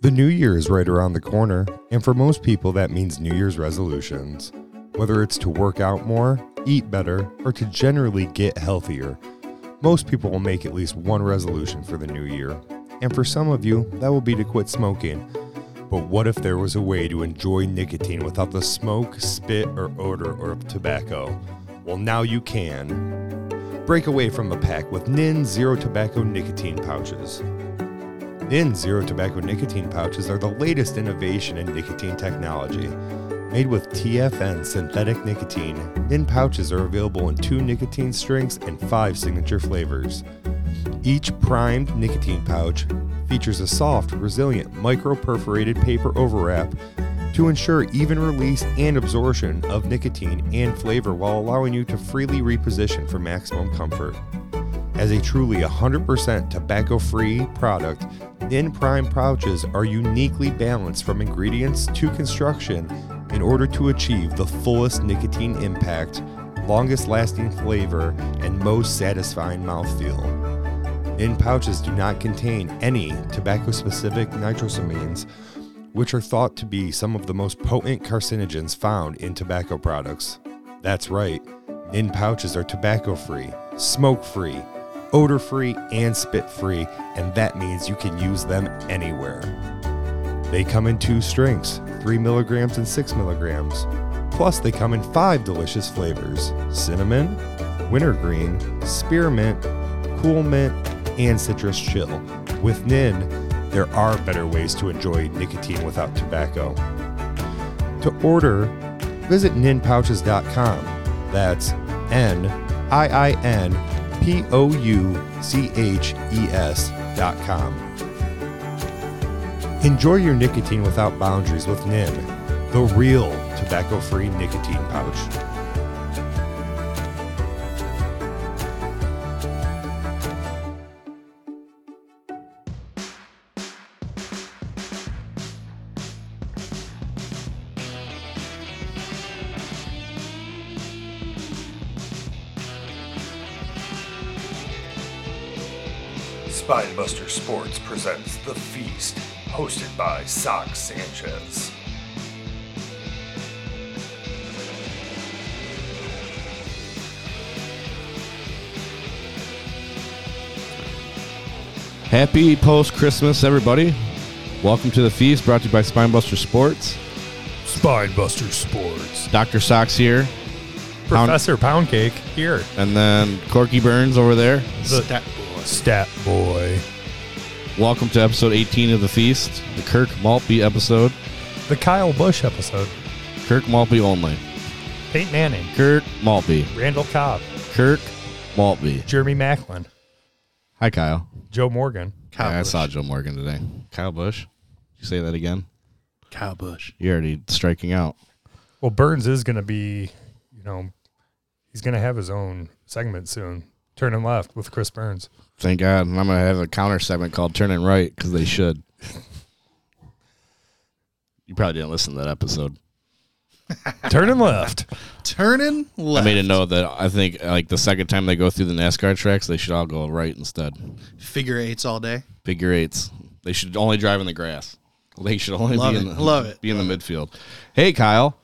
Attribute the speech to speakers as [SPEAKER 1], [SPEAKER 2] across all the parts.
[SPEAKER 1] The new year is right around the corner, and for most people, that means New Year's resolutions. Whether it's to work out more, eat better, or to generally get healthier, most people will make at least one resolution for the new year. And for some of you, that will be to quit smoking. But what if there was a way to enjoy nicotine without the smoke, spit, or odor of tobacco? Well, now you can. Break away from the pack with Nin Zero Tobacco Nicotine Pouches. Nin Zero Tobacco Nicotine Pouches are the latest innovation in nicotine technology. Made with TFN synthetic nicotine, Nin pouches are available in two nicotine strengths and five signature flavors. Each primed nicotine pouch features a soft, resilient, micro perforated paper overwrap to ensure even release and absorption of nicotine and flavor while allowing you to freely reposition for maximum comfort. As a truly 100% tobacco free product, Nin Prime pouches are uniquely balanced from ingredients to construction in order to achieve the fullest nicotine impact, longest lasting flavor, and most satisfying mouthfeel. Nin pouches do not contain any tobacco specific nitrosamines, which are thought to be some of the most potent carcinogens found in tobacco products. That's right, Nin pouches are tobacco free, smoke free, odor free, and spit free, and that means you can use them anywhere. They come in two strengths 3 milligrams and 6 milligrams. Plus, they come in five delicious flavors cinnamon, wintergreen, spearmint, cool mint, and citrus chill. With Nin, there are better ways to enjoy nicotine without tobacco. To order, visit ninpouches.com. That's N I I N P O U C H E S.com. Enjoy your nicotine without boundaries with NIN, the real tobacco free nicotine pouch.
[SPEAKER 2] Spinebuster Sports presents The Feast, hosted by Sock Sanchez.
[SPEAKER 3] Happy post Christmas, everybody. Welcome to the feast brought to you by Spinebuster Sports.
[SPEAKER 2] Spinebuster Sports.
[SPEAKER 3] Dr. Socks here,
[SPEAKER 2] Professor Poundcake here.
[SPEAKER 3] and then Corky Burns over there.
[SPEAKER 2] The Stat Boy. Stat Boy.
[SPEAKER 3] Welcome to episode 18 of the feast, the Kirk Maltby episode.
[SPEAKER 2] The Kyle Bush episode.
[SPEAKER 3] Kirk Maltby only.
[SPEAKER 2] Peyton Manning.
[SPEAKER 3] Kirk Maltby.
[SPEAKER 2] Randall Cobb.
[SPEAKER 3] Kirk Maltby.
[SPEAKER 2] Jeremy Macklin.
[SPEAKER 3] Hi, Kyle.
[SPEAKER 2] Joe Morgan.
[SPEAKER 4] Kyle
[SPEAKER 3] I
[SPEAKER 4] Busch.
[SPEAKER 3] saw Joe Morgan today. Kyle Bush. You say that again?
[SPEAKER 4] Kyle Bush.
[SPEAKER 3] You're already striking out.
[SPEAKER 2] Well, Burns is going to be, you know, he's going to have his own segment soon. Turning left with Chris Burns.
[SPEAKER 3] Thank God. And I'm going to have a counter segment called Turning Right because they should. you probably didn't listen to that episode.
[SPEAKER 2] Turning left.
[SPEAKER 4] Turning
[SPEAKER 3] I
[SPEAKER 4] left.
[SPEAKER 3] made a note that I think like the second time they go through the NASCAR tracks, they should all go right instead.
[SPEAKER 4] Figure eights all day.
[SPEAKER 3] Figure eights. They should only drive in the grass. They should only
[SPEAKER 4] Love
[SPEAKER 3] be
[SPEAKER 4] it.
[SPEAKER 3] in the,
[SPEAKER 4] Love it.
[SPEAKER 3] Be in the midfield. Hey Kyle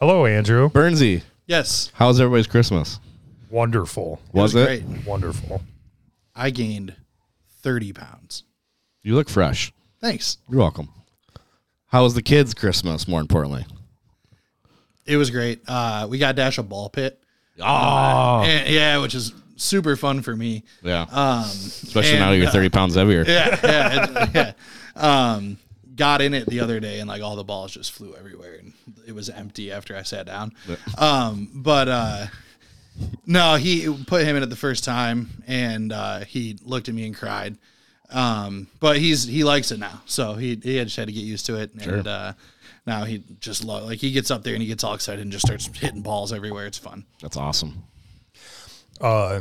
[SPEAKER 2] Hello, Andrew.
[SPEAKER 3] Bernsey,
[SPEAKER 4] Yes.
[SPEAKER 3] how was everybody's Christmas?
[SPEAKER 2] Wonderful.
[SPEAKER 3] Was it?
[SPEAKER 4] Great.
[SPEAKER 2] Wonderful.
[SPEAKER 4] I gained 30 pounds.
[SPEAKER 3] You look fresh.
[SPEAKER 4] Thanks.
[SPEAKER 3] You're welcome. How was the kids' Christmas? More importantly,
[SPEAKER 4] It was great. Uh, we got Dash a ball pit.
[SPEAKER 3] oh
[SPEAKER 4] And- yeah, which is super fun for me.
[SPEAKER 3] yeah,
[SPEAKER 4] Um,
[SPEAKER 3] especially
[SPEAKER 4] and,
[SPEAKER 3] now you're
[SPEAKER 4] uh,
[SPEAKER 3] 30 pounds heavier.
[SPEAKER 4] yeah, yeah, it- yeah. Um, got in it the other day and like all the balls just flew everywhere and it was empty after I sat down. Um, but uh, no, he put him in it the first time and uh, he looked at me and cried. Um, but he's he likes it now, so he he just had to get used to it and. Uh, now he just lo- like he gets up there and he gets all excited and just starts hitting balls everywhere. It's fun.
[SPEAKER 3] That's awesome.
[SPEAKER 2] uh,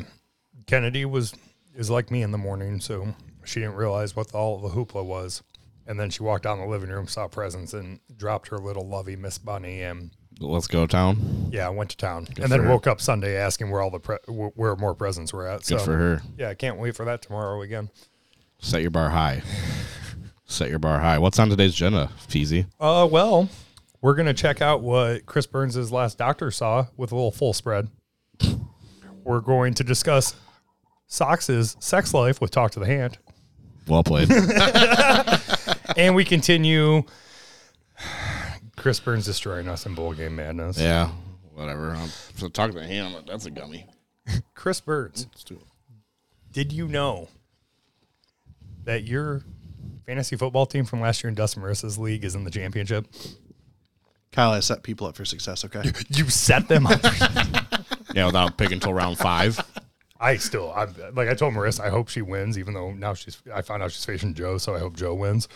[SPEAKER 2] Kennedy was is like me in the morning, so she didn't realize what the, all the hoopla was. And then she walked down the living room, saw presents, and dropped her little lovey Miss Bunny, and
[SPEAKER 3] Let's go town.
[SPEAKER 2] yeah, went to town. and then
[SPEAKER 3] for her.
[SPEAKER 2] woke up Sunday asking where all the pre- wh- where more presents were at.
[SPEAKER 3] Good
[SPEAKER 2] so
[SPEAKER 3] for her.
[SPEAKER 2] yeah, I can't wait for that tomorrow again.
[SPEAKER 3] Set your bar high. Set your bar high. What's on today's agenda, Feezy?
[SPEAKER 2] Uh, well, we're gonna check out what Chris Burns' last doctor saw with a little full spread. We're going to discuss Sox's sex life with Talk to the Hand,
[SPEAKER 3] Well played.
[SPEAKER 2] and we continue Chris Burns destroying us in bowl game madness.
[SPEAKER 3] yeah, whatever. Um, so talk to him. That's a gummy.
[SPEAKER 2] Chris Burns,
[SPEAKER 3] Mm, Let's do it.
[SPEAKER 2] did you know that your fantasy football team from last year in Dustin Marissa's league is in the championship?
[SPEAKER 4] Kyle, I set people up for success. Okay.
[SPEAKER 2] You set them up.
[SPEAKER 3] Yeah, without picking till round five.
[SPEAKER 2] I still, I like I told Marissa, I hope she wins, even though now she's, I found out she's facing Joe, so I hope Joe wins.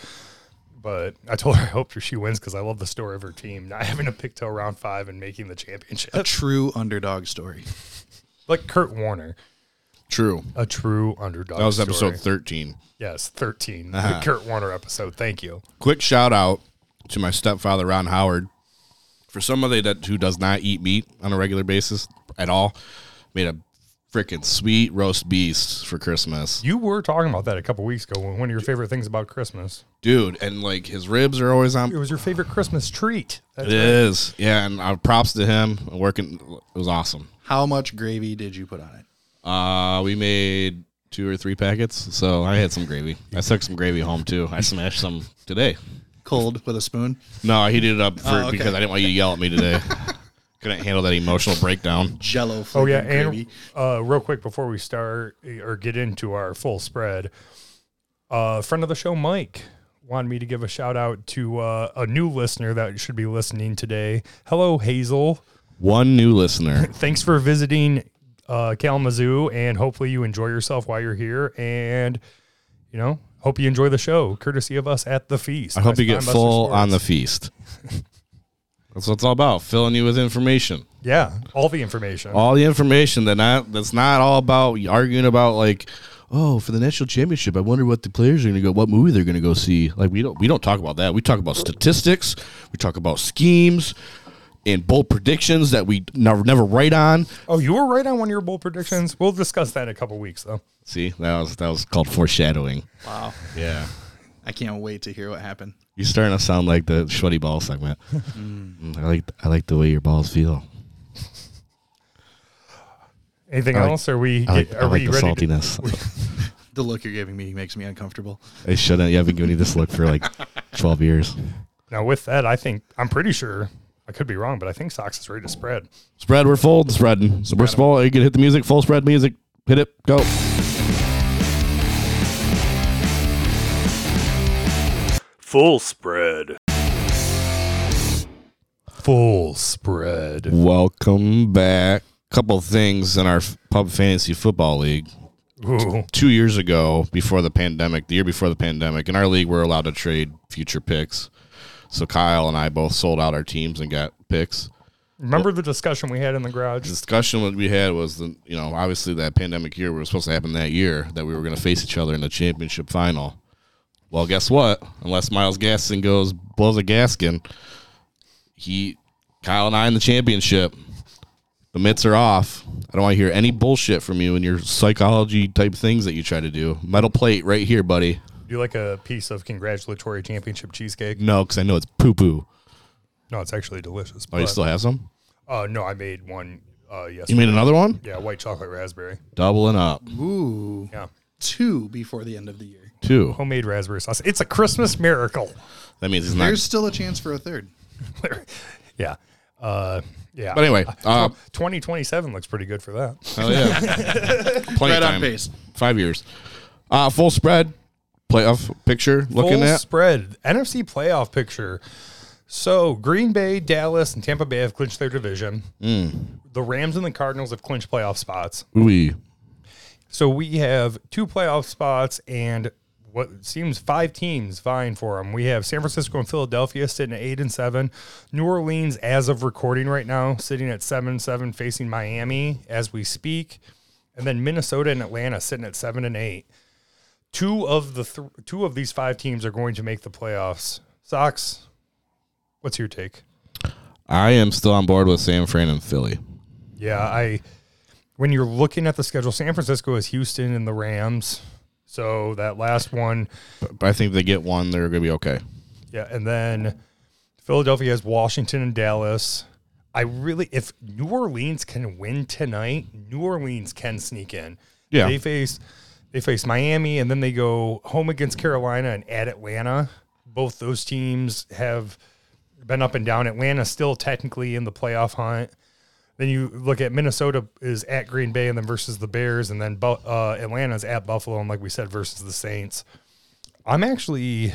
[SPEAKER 2] But I told her I hope she wins because I love the story of her team not having to pick till round five and making the championship.
[SPEAKER 4] True underdog story.
[SPEAKER 2] Like Kurt Warner,
[SPEAKER 3] True.
[SPEAKER 2] a true underdog.
[SPEAKER 3] That was
[SPEAKER 2] story.
[SPEAKER 3] episode Uh-huh. 13.
[SPEAKER 2] Yes, 13. The Kurt Warner episode. Thank you.
[SPEAKER 3] Quick shout out to my stepfather, Ron Howard. For somebody that who does not eat meat on a regular basis at all, made a freaking sweet roast beast for Christmas.
[SPEAKER 2] You were talking about that a couple weeks ago. One of your favorite things about Christmas.
[SPEAKER 3] Dude, and like his ribs are always on
[SPEAKER 2] It was your favorite Christmas treat.
[SPEAKER 3] It is. Yeah, and uh, props to him. Working it was awesome.
[SPEAKER 4] How much gravy did you put on it?
[SPEAKER 3] Uh we made two or three packets, so I had some gravy. I took some gravy home too. I smashed some today.
[SPEAKER 4] Cold with a spoon.
[SPEAKER 3] No, I heated it up for
[SPEAKER 4] Oh, okay.
[SPEAKER 3] because I didn't want you to yell at me today. Couldn't handle that emotional breakdown.
[SPEAKER 4] Jello.
[SPEAKER 2] Oh yeah,
[SPEAKER 4] freaking
[SPEAKER 2] and
[SPEAKER 4] gravy.
[SPEAKER 2] uh, real quick before we start eh, or get into our full spread, uh, friend of the show Mike wanted me to give a shout out to uh, a new listener that should be listening today. Hello, Hazel.
[SPEAKER 3] One new listener.
[SPEAKER 2] Thanks for visiting uh, Kalamazoo, and hopefully you enjoy yourself while you're here. And you know, hope you enjoy the show, courtesy of us at the feast.
[SPEAKER 3] I hope
[SPEAKER 2] by
[SPEAKER 3] you get
[SPEAKER 2] Spinebuster
[SPEAKER 3] full on the
[SPEAKER 2] Sports.
[SPEAKER 3] feast. That's what it's all about. Filling you with information.
[SPEAKER 2] yeah, all the information.
[SPEAKER 3] all the information that not that's not all about arguing about like oh for the national championship i wonder what the players are going to go what movie they're going to go see like we don't we don't talk about that we talk about statistics we talk about schemes and bold predictions that we never never write on
[SPEAKER 2] oh, you were right on one of your bold predictions. We'll discuss that in a couple weeks, though.
[SPEAKER 3] see that was that was called foreshadowing
[SPEAKER 4] Wow.
[SPEAKER 3] yeah
[SPEAKER 4] I can't wait to hear what happened.
[SPEAKER 3] you're starting to sound like the sweaty ball segment Mm, i like i like the way your balls feel
[SPEAKER 2] Anything
[SPEAKER 3] I like-
[SPEAKER 2] else? Are we?
[SPEAKER 3] i like,
[SPEAKER 2] are
[SPEAKER 3] I like
[SPEAKER 2] we
[SPEAKER 3] the
[SPEAKER 2] ready? to-
[SPEAKER 3] saltiness
[SPEAKER 4] The look you're giving me makes me uncomfortable.
[SPEAKER 3] i shouldn't you haven't given me this look for like 12 years
[SPEAKER 2] Now, with that, I think I'm pretty sure I could be wrong, but I think Sox is ready to spread.
[SPEAKER 3] Spread, we're full and spreading. So we're small. You can hit the music, full spread music. Hit it, go.
[SPEAKER 2] Full spread. Full spread.
[SPEAKER 3] Welcome back. Couple things in our f- pub fantasy football league.
[SPEAKER 2] Ooh,
[SPEAKER 3] Two years ago, before the pandemic, the year before the pandemic, in our league, we're allowed to trade future picks. So Kyle and I both sold out our teams and got picks.
[SPEAKER 2] remember the discussion we had in the garage?
[SPEAKER 3] discussion what we had was the you know obviously that pandemic year was supposed to happen that year that we were going to face each other in the championship final. Well, guess what? Unless Miles Gaston goes blows a gaskin, he Kyle and I in the championship. The mitts are off. I don't want to hear any bullshit from you and your psychology type things that you try to do. Metal plate right here, buddy.
[SPEAKER 2] Do you like a piece of congratulatory championship cheesecake?
[SPEAKER 3] No, because I know it's poo poo.
[SPEAKER 2] No, it's actually delicious.
[SPEAKER 3] Oh, you
[SPEAKER 2] but-
[SPEAKER 3] still have some?
[SPEAKER 2] uh, no, I made one uh,
[SPEAKER 3] You
[SPEAKER 2] yesterday.
[SPEAKER 3] made another one?
[SPEAKER 2] Yeah, white chocolate raspberry.
[SPEAKER 3] Doubling up.
[SPEAKER 4] Ooh.
[SPEAKER 2] Yeah,
[SPEAKER 4] Two before the end of the year.
[SPEAKER 3] Two.
[SPEAKER 2] homemade raspberry sauce. It's a Christmas miracle.
[SPEAKER 3] That means he's not.
[SPEAKER 4] There's still a chance for a third.
[SPEAKER 2] yeah, uh, yeah.
[SPEAKER 3] But anyway, uh,
[SPEAKER 2] 2027 looks pretty good for that.
[SPEAKER 3] Hell Oh, yeah. Plenty
[SPEAKER 4] Right
[SPEAKER 3] of time.
[SPEAKER 4] on pace.
[SPEAKER 3] Five years. Uh, full spread playoff picture looking
[SPEAKER 2] full
[SPEAKER 3] at.
[SPEAKER 2] spread NFC playoff picture. So Green Bay, Dallas, and Tampa Bay have clinched their division.
[SPEAKER 3] Hmm.
[SPEAKER 2] The Rams and the Cardinals have clinched playoff spots.
[SPEAKER 3] Ooh.
[SPEAKER 2] So we have two playoff spots and what seems five teams vying for them. We have San Francisco and Philadelphia sitting at eight and seven. New Orleans, as of recording right now, sitting at seven and seven, facing Miami as we speak, and then Minnesota and Atlanta sitting at seven and eight. Two of the th- two of these five teams are going to make the playoffs. Sox, what's your take?
[SPEAKER 3] I am still on board with San Fran and Philly.
[SPEAKER 2] Yeah, I when you're looking at the schedule, San Francisco is Houston and the Rams. So that last one,
[SPEAKER 3] But, but I think if they get one, they're going to be okay.
[SPEAKER 2] yeah, and then Philadelphia has Washington and Dallas. I really, if New Orleans can win tonight, New Orleans can sneak in.
[SPEAKER 3] Yeah.
[SPEAKER 2] they face they face Miami, and then they go home against Carolina and at Atlanta. Both those teams have been up and down. Atlanta still technically in the playoff hunt. Then you look at Minnesota is at Green Bay and then versus the Bears, and then Bu- uh, Atlanta's at Buffalo, and like we said, versus the Saints. I'm actually,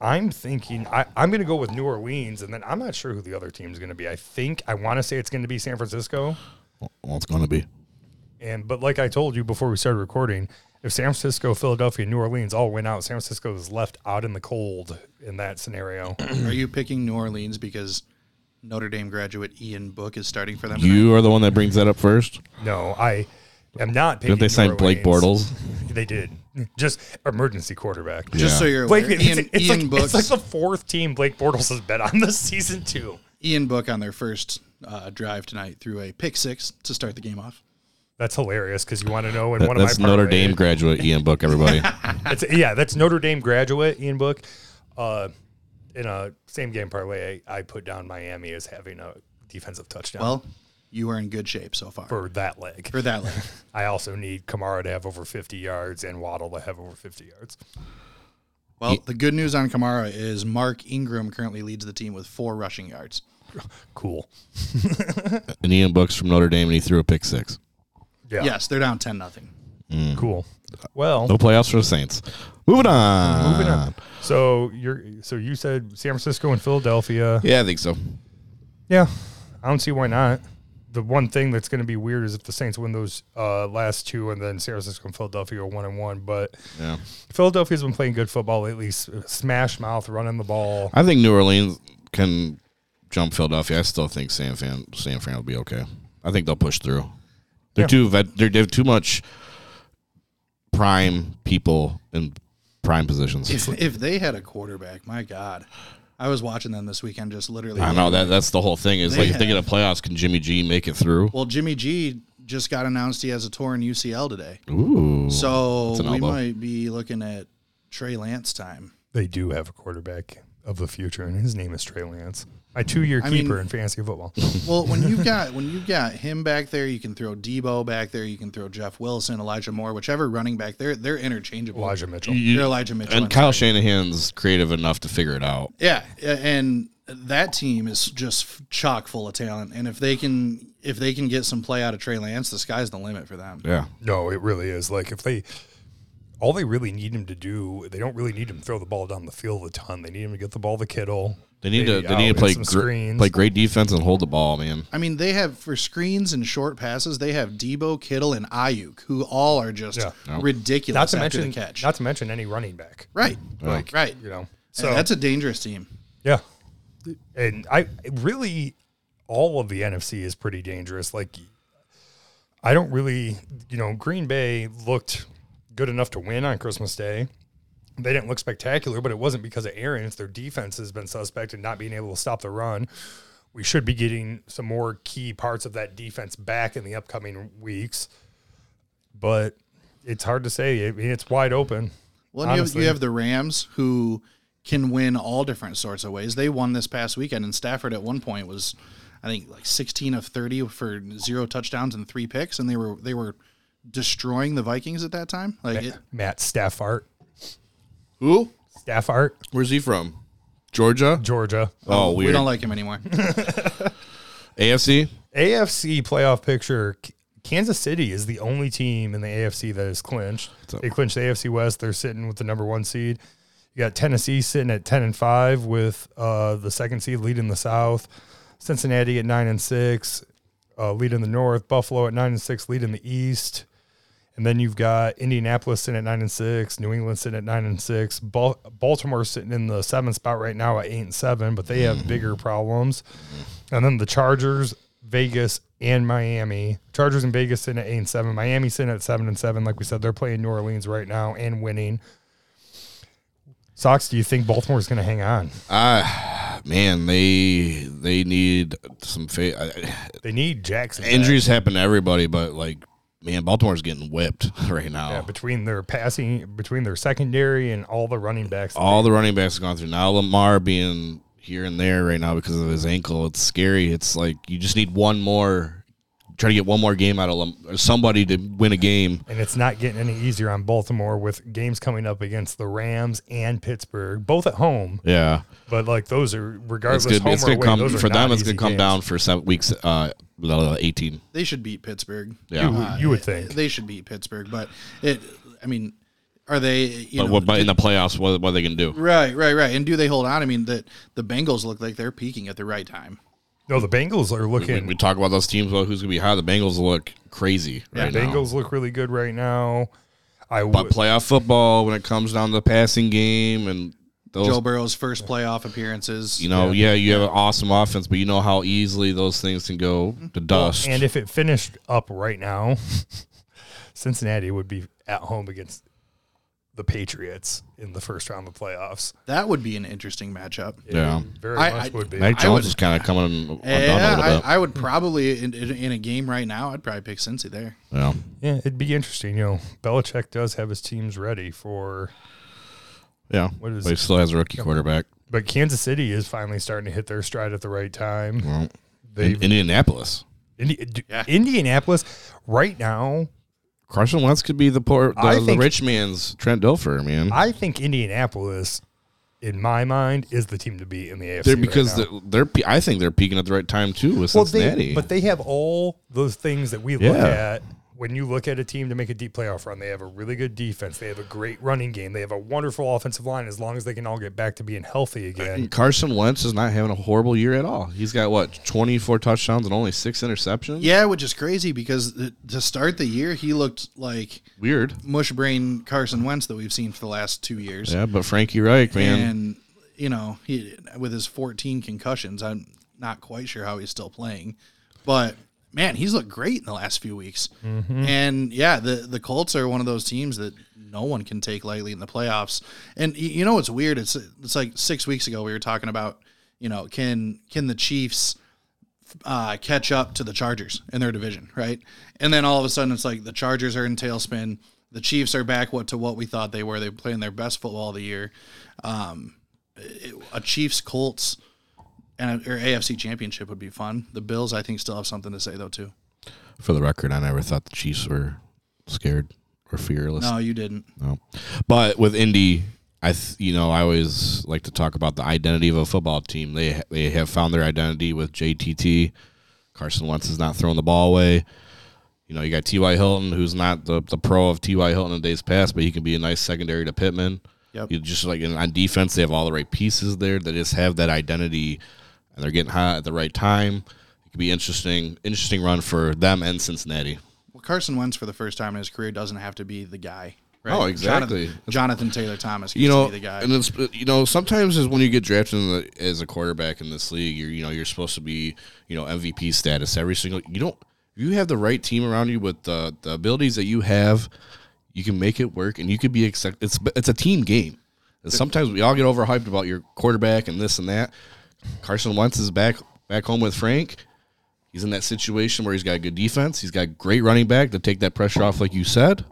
[SPEAKER 2] I'm thinking I, I'm going to go with New Orleans, and then I'm not sure who the other team's going to be. I think I want to say it's going to be San Francisco,
[SPEAKER 3] Well, it's going to be.
[SPEAKER 2] and but like I told you before we started recording, if San Francisco, Philadelphia, and New Orleans all went out, San Francisco is left out in the cold in that scenario.
[SPEAKER 4] Are you picking New Orleans because Notre Dame graduate Ian Book is starting for them? tonight?
[SPEAKER 3] You are the one that brings that up first.
[SPEAKER 2] No, I am not.
[SPEAKER 3] Didn't they sign Blake Bortles?
[SPEAKER 2] They did. Just emergency quarterback.
[SPEAKER 4] Just so
[SPEAKER 3] Yeah.
[SPEAKER 4] you're aware,
[SPEAKER 2] Blake,
[SPEAKER 4] Ian,
[SPEAKER 2] it's, it's
[SPEAKER 4] Ian
[SPEAKER 2] like,
[SPEAKER 4] Book's-
[SPEAKER 2] it's like the fourth team Blake Bortles has been on this season too.
[SPEAKER 4] Ian Book on their first uh, drive tonight threw a pick six to start the game off.
[SPEAKER 2] That's hilarious because you want to know. And
[SPEAKER 3] That-
[SPEAKER 2] one
[SPEAKER 3] that's
[SPEAKER 2] of my
[SPEAKER 3] Notre
[SPEAKER 2] parlays-
[SPEAKER 3] Dame graduate Ian Book, everybody.
[SPEAKER 2] That's, yeah, that's Notre Dame graduate Ian Book. Uh, in a same game parlay, I, I put down Miami as having a defensive touchdown
[SPEAKER 4] Well, you are in good shape so far for,
[SPEAKER 2] for that leg.
[SPEAKER 4] that leg.
[SPEAKER 2] I also need Kamara to have over 50 yards and Waddle to have over 50 yards.
[SPEAKER 4] Well, the good news on Kamara is Mark Ingram currently leads the team with four rushing yards.
[SPEAKER 2] Cool.
[SPEAKER 3] and Ian Book's from Notre Dame, and he threw a pick six.
[SPEAKER 2] Yeah.
[SPEAKER 4] Yes, they're down ten nothing.
[SPEAKER 2] Cool. Well,
[SPEAKER 3] No playoffs for the Saints. Moving on.
[SPEAKER 2] Moving on. So you're so you said San Francisco and Philadelphia.
[SPEAKER 3] Yeah, I think so.
[SPEAKER 2] Yeah. I don't see why not. The one thing that's going to be weird is if the Saints win those uh, last two, and then San Francisco and Philadelphia are one and one. But
[SPEAKER 3] Yeah.
[SPEAKER 2] Philadelphia's been playing good football lately. S- Smash mouth running the ball.
[SPEAKER 3] I think New Orleans can jump Philadelphia. I still think San Fran, San Fran will be okay. I think they'll push through. They're
[SPEAKER 2] Yeah.
[SPEAKER 3] too vet, they're, they have too much prime people in prime positions.
[SPEAKER 4] If, if they had a quarterback, my God, I was watching them this weekend. Just literally,
[SPEAKER 3] I know that that's the whole thing. Is like if they get a playoffs, can Jimmy G make it through?
[SPEAKER 4] Well, Jimmy G just got announced he has a torn UCL today,
[SPEAKER 3] Ooh,
[SPEAKER 4] so
[SPEAKER 3] an
[SPEAKER 4] we
[SPEAKER 3] elbow.
[SPEAKER 4] might be looking at Trey Lance time.
[SPEAKER 2] They do have a quarterback of the future, and his name is Trey Lance, my two-year
[SPEAKER 4] I mean-
[SPEAKER 2] keeper in fantasy football.
[SPEAKER 4] Well, when you've got when you've got him back there, you can throw Debo back there, you can throw Jeff Wilson, Elijah Moore, whichever running back. They're they're interchangeable.
[SPEAKER 2] Elijah Mitchell.
[SPEAKER 4] They're Elijah Mitchell.
[SPEAKER 3] and Kyle Shanahan's creative enough to figure it out.
[SPEAKER 4] Yeah, a- and that team is just chock full of talent. And if they can if they can get some play out of Trey Lance, the sky's the limit for them.
[SPEAKER 3] Yeah,
[SPEAKER 2] No, it really is. Like if they all they really need him to do, they don't really need him to throw the ball down the field a ton. They need him to get the ball to Kittle.
[SPEAKER 3] they need to
[SPEAKER 2] maybe
[SPEAKER 3] they need
[SPEAKER 2] out,
[SPEAKER 3] to play
[SPEAKER 2] hit some
[SPEAKER 3] gr-
[SPEAKER 2] screens.
[SPEAKER 3] play great defense and hold the ball, man.
[SPEAKER 4] I mean, they have for screens and short passes, they have Debo, Kittle, and Ayuk, who all are just
[SPEAKER 2] Yeah.
[SPEAKER 4] ridiculous
[SPEAKER 2] not to
[SPEAKER 4] after
[SPEAKER 2] mention
[SPEAKER 4] the catch.
[SPEAKER 2] not to mention any running back.
[SPEAKER 4] right,
[SPEAKER 2] Like
[SPEAKER 4] right.
[SPEAKER 2] you know.
[SPEAKER 4] So
[SPEAKER 2] So
[SPEAKER 4] that's a dangerous team.
[SPEAKER 2] yeah, and I really all of the NFC is pretty dangerous. Like I don't really, you know, Green Bay looked good enough to win on Christmas Day. They didn't look spectacular, but it wasn't because of Aaron's. Their defense has been suspect and not being able to stop the run. We should be getting some more key parts of that defense back in the upcoming weeks, but it's hard to say. I mean, it's wide open.
[SPEAKER 4] Well, and you have,
[SPEAKER 2] Honestly.
[SPEAKER 4] you have the Rams who can win all different sorts of ways. They won this past weekend, and Stafford at one point was, I think, like sixteen of thirty for zero touchdowns and three picks, and they were they were destroying the Vikings at that time. Like it,
[SPEAKER 2] Matt Stafford,
[SPEAKER 3] Who?
[SPEAKER 2] Stafford,
[SPEAKER 3] Where's he from? Georgia.
[SPEAKER 2] Georgia.
[SPEAKER 3] Oh,
[SPEAKER 4] we
[SPEAKER 3] weird.
[SPEAKER 4] don't like him anymore.
[SPEAKER 3] AFC.
[SPEAKER 2] AFC playoff picture. K- Kansas City is the only team in the AFC that is clinched.
[SPEAKER 3] up?
[SPEAKER 2] They clinched the AFC West. They're sitting with the number one seed. You got Tennessee sitting at ten and five with uh, the second seed leading the South. Cincinnati at nine and six, uh, leading the North. Buffalo at nine and six, leading the East. And then you've got Indianapolis sitting at nine and six, New England sitting at nine and six, Bal- Baltimore sitting in the seventh spot right now at eight and seven, but they have bigger problems. And then the Chargers, Vegas, and Miami. Chargers and Vegas sitting at eight and seven. Miami sitting at seven and seven. Like we said, they're playing New Orleans right now and winning. Sox, do you think Baltimore's going to hang on?
[SPEAKER 3] man, they they need some fa- I-
[SPEAKER 2] They need Jackson. back.
[SPEAKER 3] injuries happen to everybody, but like man, Baltimore's getting whipped right now.
[SPEAKER 2] Yeah, between their passing, between their secondary and all the running backs.
[SPEAKER 3] All the running backs have gone through. Now Lamar being here and there right now because of his ankle. It's scary. It's like you just need one more, try to get one more game out of Lam- or somebody to win a game.
[SPEAKER 2] and it's not getting any easier on Baltimore with games coming up against the Rams and Pittsburgh, both at home.
[SPEAKER 3] Yeah,
[SPEAKER 2] But like those are regardless.
[SPEAKER 3] it's good.
[SPEAKER 2] Home
[SPEAKER 3] It's
[SPEAKER 2] or
[SPEAKER 3] gonna
[SPEAKER 2] away,
[SPEAKER 3] come
[SPEAKER 2] those are
[SPEAKER 3] for them.
[SPEAKER 2] not
[SPEAKER 3] It's gonna
[SPEAKER 2] easy
[SPEAKER 3] come
[SPEAKER 2] games.
[SPEAKER 3] down for seven weeks. Uh, blah, blah, blah, eighteen.
[SPEAKER 4] They should beat Pittsburgh. Uh,
[SPEAKER 3] Yeah,
[SPEAKER 2] You, you would think.
[SPEAKER 4] They should beat Pittsburgh, but it. I mean, are they? You
[SPEAKER 3] but
[SPEAKER 4] know,
[SPEAKER 3] what? But in the playoffs, what, what are they gonna do?
[SPEAKER 4] right, right, right. And do they hold on? I mean, the the Bengals look like they're peaking at the right time.
[SPEAKER 2] No, the Bengals are
[SPEAKER 3] We,
[SPEAKER 2] looking.
[SPEAKER 3] we talk about those teams. Well, who's gonna be high? The Bengals look crazy right now.
[SPEAKER 2] Bengals look really good right now. I
[SPEAKER 3] But
[SPEAKER 2] would.
[SPEAKER 3] playoff football, when it comes down to the passing game and those
[SPEAKER 4] Joe Burrow's first playoff appearances.
[SPEAKER 3] You know, yeah. you have an awesome offense, but you know how easily those things can go to dust.
[SPEAKER 2] Mm-hmm. and if it finished up right now, Cincinnati would be at home against the Patriots in the first round of playoffs.
[SPEAKER 4] that would be an interesting matchup.
[SPEAKER 3] yeah,
[SPEAKER 2] Very
[SPEAKER 4] I-
[SPEAKER 2] much
[SPEAKER 4] I-
[SPEAKER 2] would be.
[SPEAKER 3] Mac
[SPEAKER 4] I
[SPEAKER 3] Jones
[SPEAKER 4] would-
[SPEAKER 3] is kind of coming undone a little
[SPEAKER 4] Yeah,
[SPEAKER 3] bit.
[SPEAKER 4] I, I would probably in, in, in a game right now. I'd probably pick Cincy there.
[SPEAKER 3] yeah.
[SPEAKER 2] yeah, it'd be interesting. You know, Belichick does have his teams ready for,
[SPEAKER 3] yeah.
[SPEAKER 2] What is-
[SPEAKER 3] but he still has a rookie quarterback.
[SPEAKER 2] but Kansas City is finally starting to hit their stride at the right time.
[SPEAKER 3] Well,
[SPEAKER 2] They've
[SPEAKER 3] in- Indianapolis.
[SPEAKER 2] Indi- d-
[SPEAKER 4] Yeah.
[SPEAKER 2] Indianapolis right now.
[SPEAKER 3] Carson Wentz could be the poor, the,
[SPEAKER 2] I
[SPEAKER 3] the
[SPEAKER 2] think-
[SPEAKER 3] rich man's Trent Dilfer, man.
[SPEAKER 2] I think Indianapolis, in my mind, is the team to beat in the AFC.
[SPEAKER 3] they're
[SPEAKER 2] right
[SPEAKER 3] because
[SPEAKER 2] now.
[SPEAKER 3] they're, they're pe- I think they're peaking at the right time too with Cincinnati.
[SPEAKER 2] They, but they have all those things that we look
[SPEAKER 3] Yeah.
[SPEAKER 2] at. When you look at a team to make a deep playoff run, they have a really good defense. They have a great running game. They have a wonderful offensive line as long as they can all get back to being healthy again.
[SPEAKER 3] And Carson Wentz is not having a horrible year at all. He's got what twenty four touchdowns and only six interceptions.
[SPEAKER 4] Yeah, which is crazy because the, to start the year he looked like
[SPEAKER 3] weird.
[SPEAKER 4] mush brain Carson Wentz that we've seen for the last two years.
[SPEAKER 3] Yeah, but Frankie Reich, man.
[SPEAKER 4] and you know he with his 14 concussions i'm not quite sure how he's still playing but man he's looked great in the last few weeks and yeah the the colts are one of those teams that no one can take lightly in the playoffs and y- you know what's weird it's it's like six weeks ago we were talking about you know can can the chiefs uh, catch up to the Chargers in their division, right? And then all of a sudden, it's like the Chargers are in tailspin. The Chiefs are back what to what we thought they were. They're playing their best football of the year. Um, it- a Chiefs Colts and or AFC championship would be fun. The Bills, I think, still have something to say though too.
[SPEAKER 3] For the record, I never thought the Chiefs were scared or fearless.
[SPEAKER 4] No, you didn't.
[SPEAKER 3] No. But with Indy, I th- you know I always like to talk about the identity of a football team. They ha- they have found their identity with JTT. Carson Wentz is not throwing the ball away. You know, you got T.Y. Hilton, who's not the, the pro of T.Y. Hilton in days past, but he can be a nice secondary to Pittman.
[SPEAKER 4] Yep.
[SPEAKER 3] You just like and on defense, they have all the right pieces there. They just have that identity, and they're getting hot at the right time. It could be interesting, interesting run for them and Cincinnati.
[SPEAKER 4] Well, Carson Wentz for the first time in his career doesn't have to be the guy. Right?
[SPEAKER 3] Oh, exactly.
[SPEAKER 4] Jonathan, Jonathan Taylor Thomas, gets
[SPEAKER 3] you know,
[SPEAKER 4] to be the guy.
[SPEAKER 3] and it's uh, you know sometimes is when you get drafted in the, as a quarterback in this league, you're you know you're supposed to be you know MVP status every single. You don't you have the right team around you with the the abilities that you have, you can make it work, and you could be accept. It's it's a team game. And sometimes we all get overhyped about your quarterback and this and that. Carson Wentz is back back home with Frank. He's in that situation where he's got a good defense. He's got great running back to take that pressure off, like you said.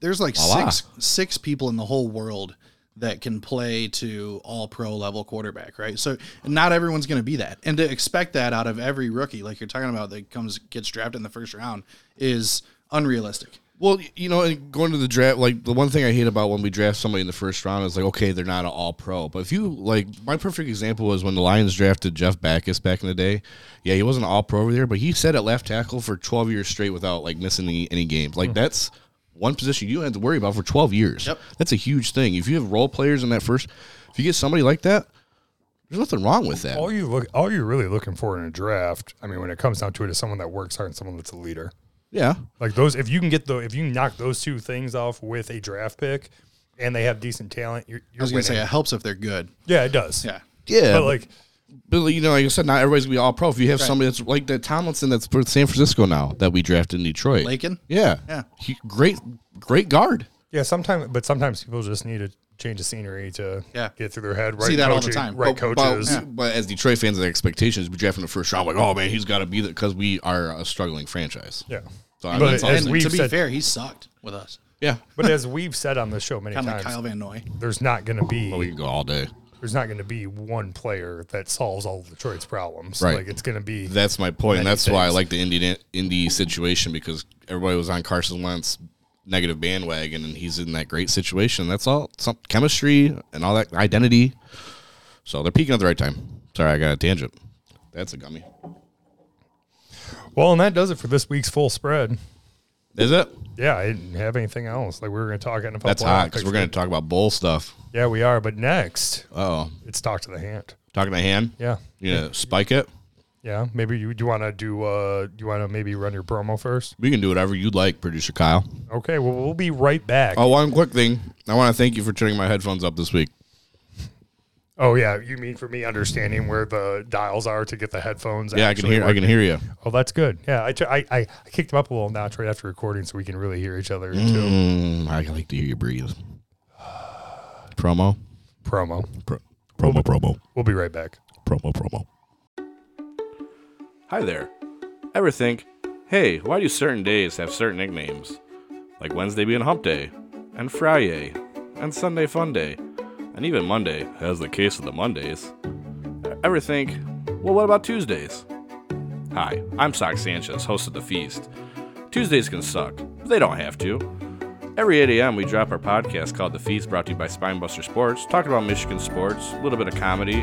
[SPEAKER 4] There's like
[SPEAKER 3] Voila.
[SPEAKER 4] six six people in the whole world that can play to all pro level quarterback, right? So not everyone's going to be that, and to expect that out of every rookie, like you're talking about, that comes gets drafted in the first round, is unrealistic.
[SPEAKER 3] Well, you know, and going to the draft, like the one thing I hate about when we draft somebody in the first round is like, okay, they're not an all pro. But if you like, my perfect example was when the Lions drafted Jeff Backus back in the day. Yeah, he wasn't an all pro over there, but he sat at left tackle for 12 years straight without like missing any, any games.
[SPEAKER 2] Mm-hmm.
[SPEAKER 3] Like, that's one position you had to worry about for 12 years.
[SPEAKER 4] Yep.
[SPEAKER 3] That's a huge thing. If you have role players in that first, if you get somebody like that, there's nothing wrong with that.
[SPEAKER 2] All you look, all you're really looking for in a draft, I mean, when it comes down to it, is someone that works hard and someone that's a leader.
[SPEAKER 3] Yeah.
[SPEAKER 2] Like those, if you can get the, if you knock those two things off with a draft pick, and they have decent talent, you're,
[SPEAKER 4] I
[SPEAKER 2] you're
[SPEAKER 4] was
[SPEAKER 2] winning.
[SPEAKER 4] going to say it helps if they're good.
[SPEAKER 2] yeah, it does.
[SPEAKER 4] Yeah,
[SPEAKER 3] Yeah.
[SPEAKER 2] but like
[SPEAKER 3] But you know, like I said, not everybody's gonna be all pro. If you have somebody that's like that Tomlinson that's for San Francisco now that we drafted in Detroit,
[SPEAKER 4] Lakin?
[SPEAKER 3] yeah,
[SPEAKER 4] Yeah.
[SPEAKER 3] he, great, great guard.
[SPEAKER 2] Yeah, sometimes, but sometimes people just need a change of scenery to
[SPEAKER 4] Yeah.
[SPEAKER 2] get through their head. Right
[SPEAKER 4] See that all the
[SPEAKER 2] coaching-
[SPEAKER 4] time.
[SPEAKER 2] Right
[SPEAKER 3] But-
[SPEAKER 2] coaches.
[SPEAKER 3] but, but as Detroit fans, the expectations we draft in the first round, like, oh man, he's got to be that because we are a struggling franchise.
[SPEAKER 2] yeah.
[SPEAKER 3] So I
[SPEAKER 2] But
[SPEAKER 3] mean, it's
[SPEAKER 2] as
[SPEAKER 3] awesome.
[SPEAKER 4] And
[SPEAKER 2] we've
[SPEAKER 4] to be
[SPEAKER 2] said-
[SPEAKER 4] fair, he sucked with us.
[SPEAKER 3] yeah,
[SPEAKER 2] But as we've said on the show many
[SPEAKER 4] Kind of
[SPEAKER 2] times,
[SPEAKER 4] like Kyle Van Noy.
[SPEAKER 2] there's not going to be
[SPEAKER 3] we can go all day.
[SPEAKER 2] there's not going to be one player that solves all of Detroit's problems.
[SPEAKER 3] Right.
[SPEAKER 2] Like it's going to be
[SPEAKER 3] That's my point. and
[SPEAKER 2] Many
[SPEAKER 3] That's why I
[SPEAKER 2] things.
[SPEAKER 3] like the indie indie situation because everybody was on Carson Wentz negative bandwagon, and he's in that great situation. That's all some chemistry and all that identity. So they're peaking at the right time. Sorry, I got a tangent. That's a gummy.
[SPEAKER 2] well, and that does it for this week's full spread.
[SPEAKER 3] Is it?
[SPEAKER 2] Yeah, I didn't have anything else. Like we were going to talk NFL.
[SPEAKER 3] That's
[SPEAKER 2] playoff
[SPEAKER 3] hot because we're
[SPEAKER 2] picture.
[SPEAKER 3] going to talk about bowl stuff.
[SPEAKER 2] Yeah, we are. But next,
[SPEAKER 3] Oh,
[SPEAKER 2] it's talk to the hand.
[SPEAKER 3] talking to hand.
[SPEAKER 2] Yeah,
[SPEAKER 3] You gonna spike it?
[SPEAKER 2] yeah. Maybe you do you want to do uh do you want to maybe run your promo first?
[SPEAKER 3] We can do whatever you'd like, producer Kyle.
[SPEAKER 2] Okay. Well, we'll be right back.
[SPEAKER 3] Oh, one quick thing. I want to thank you for turning my headphones up this week.
[SPEAKER 2] Oh yeah, you mean for me understanding where the dials are to get the headphones?
[SPEAKER 3] Yeah, I can
[SPEAKER 2] actually
[SPEAKER 3] hear. I can
[SPEAKER 2] working?
[SPEAKER 3] hear you.
[SPEAKER 2] Oh, that's good. Yeah, I, tr- I I I kicked them up a little notch right after recording, so we can really hear each other too.
[SPEAKER 3] Mm, I like to hear you breathe. Promo.
[SPEAKER 2] Promo.
[SPEAKER 3] Pro- promo. Promo.
[SPEAKER 2] We'll be right back.
[SPEAKER 3] Promo. Promo.
[SPEAKER 5] Hi there. Ever think, hey, why do certain days have certain nicknames? Like Wednesday being Hump Day, and Friday, and Sunday Fun Day, and even Monday, as the case of the Mondays. Ever think, well, what about Tuesdays? Hi, I'm Sock Sanchez, host of The Feast. Tuesdays can suck, but they don't have to. Every 8 a.m., we drop our podcast called The Feast, brought to you by Spinebuster Sports, talking about Michigan sports, a little bit of comedy.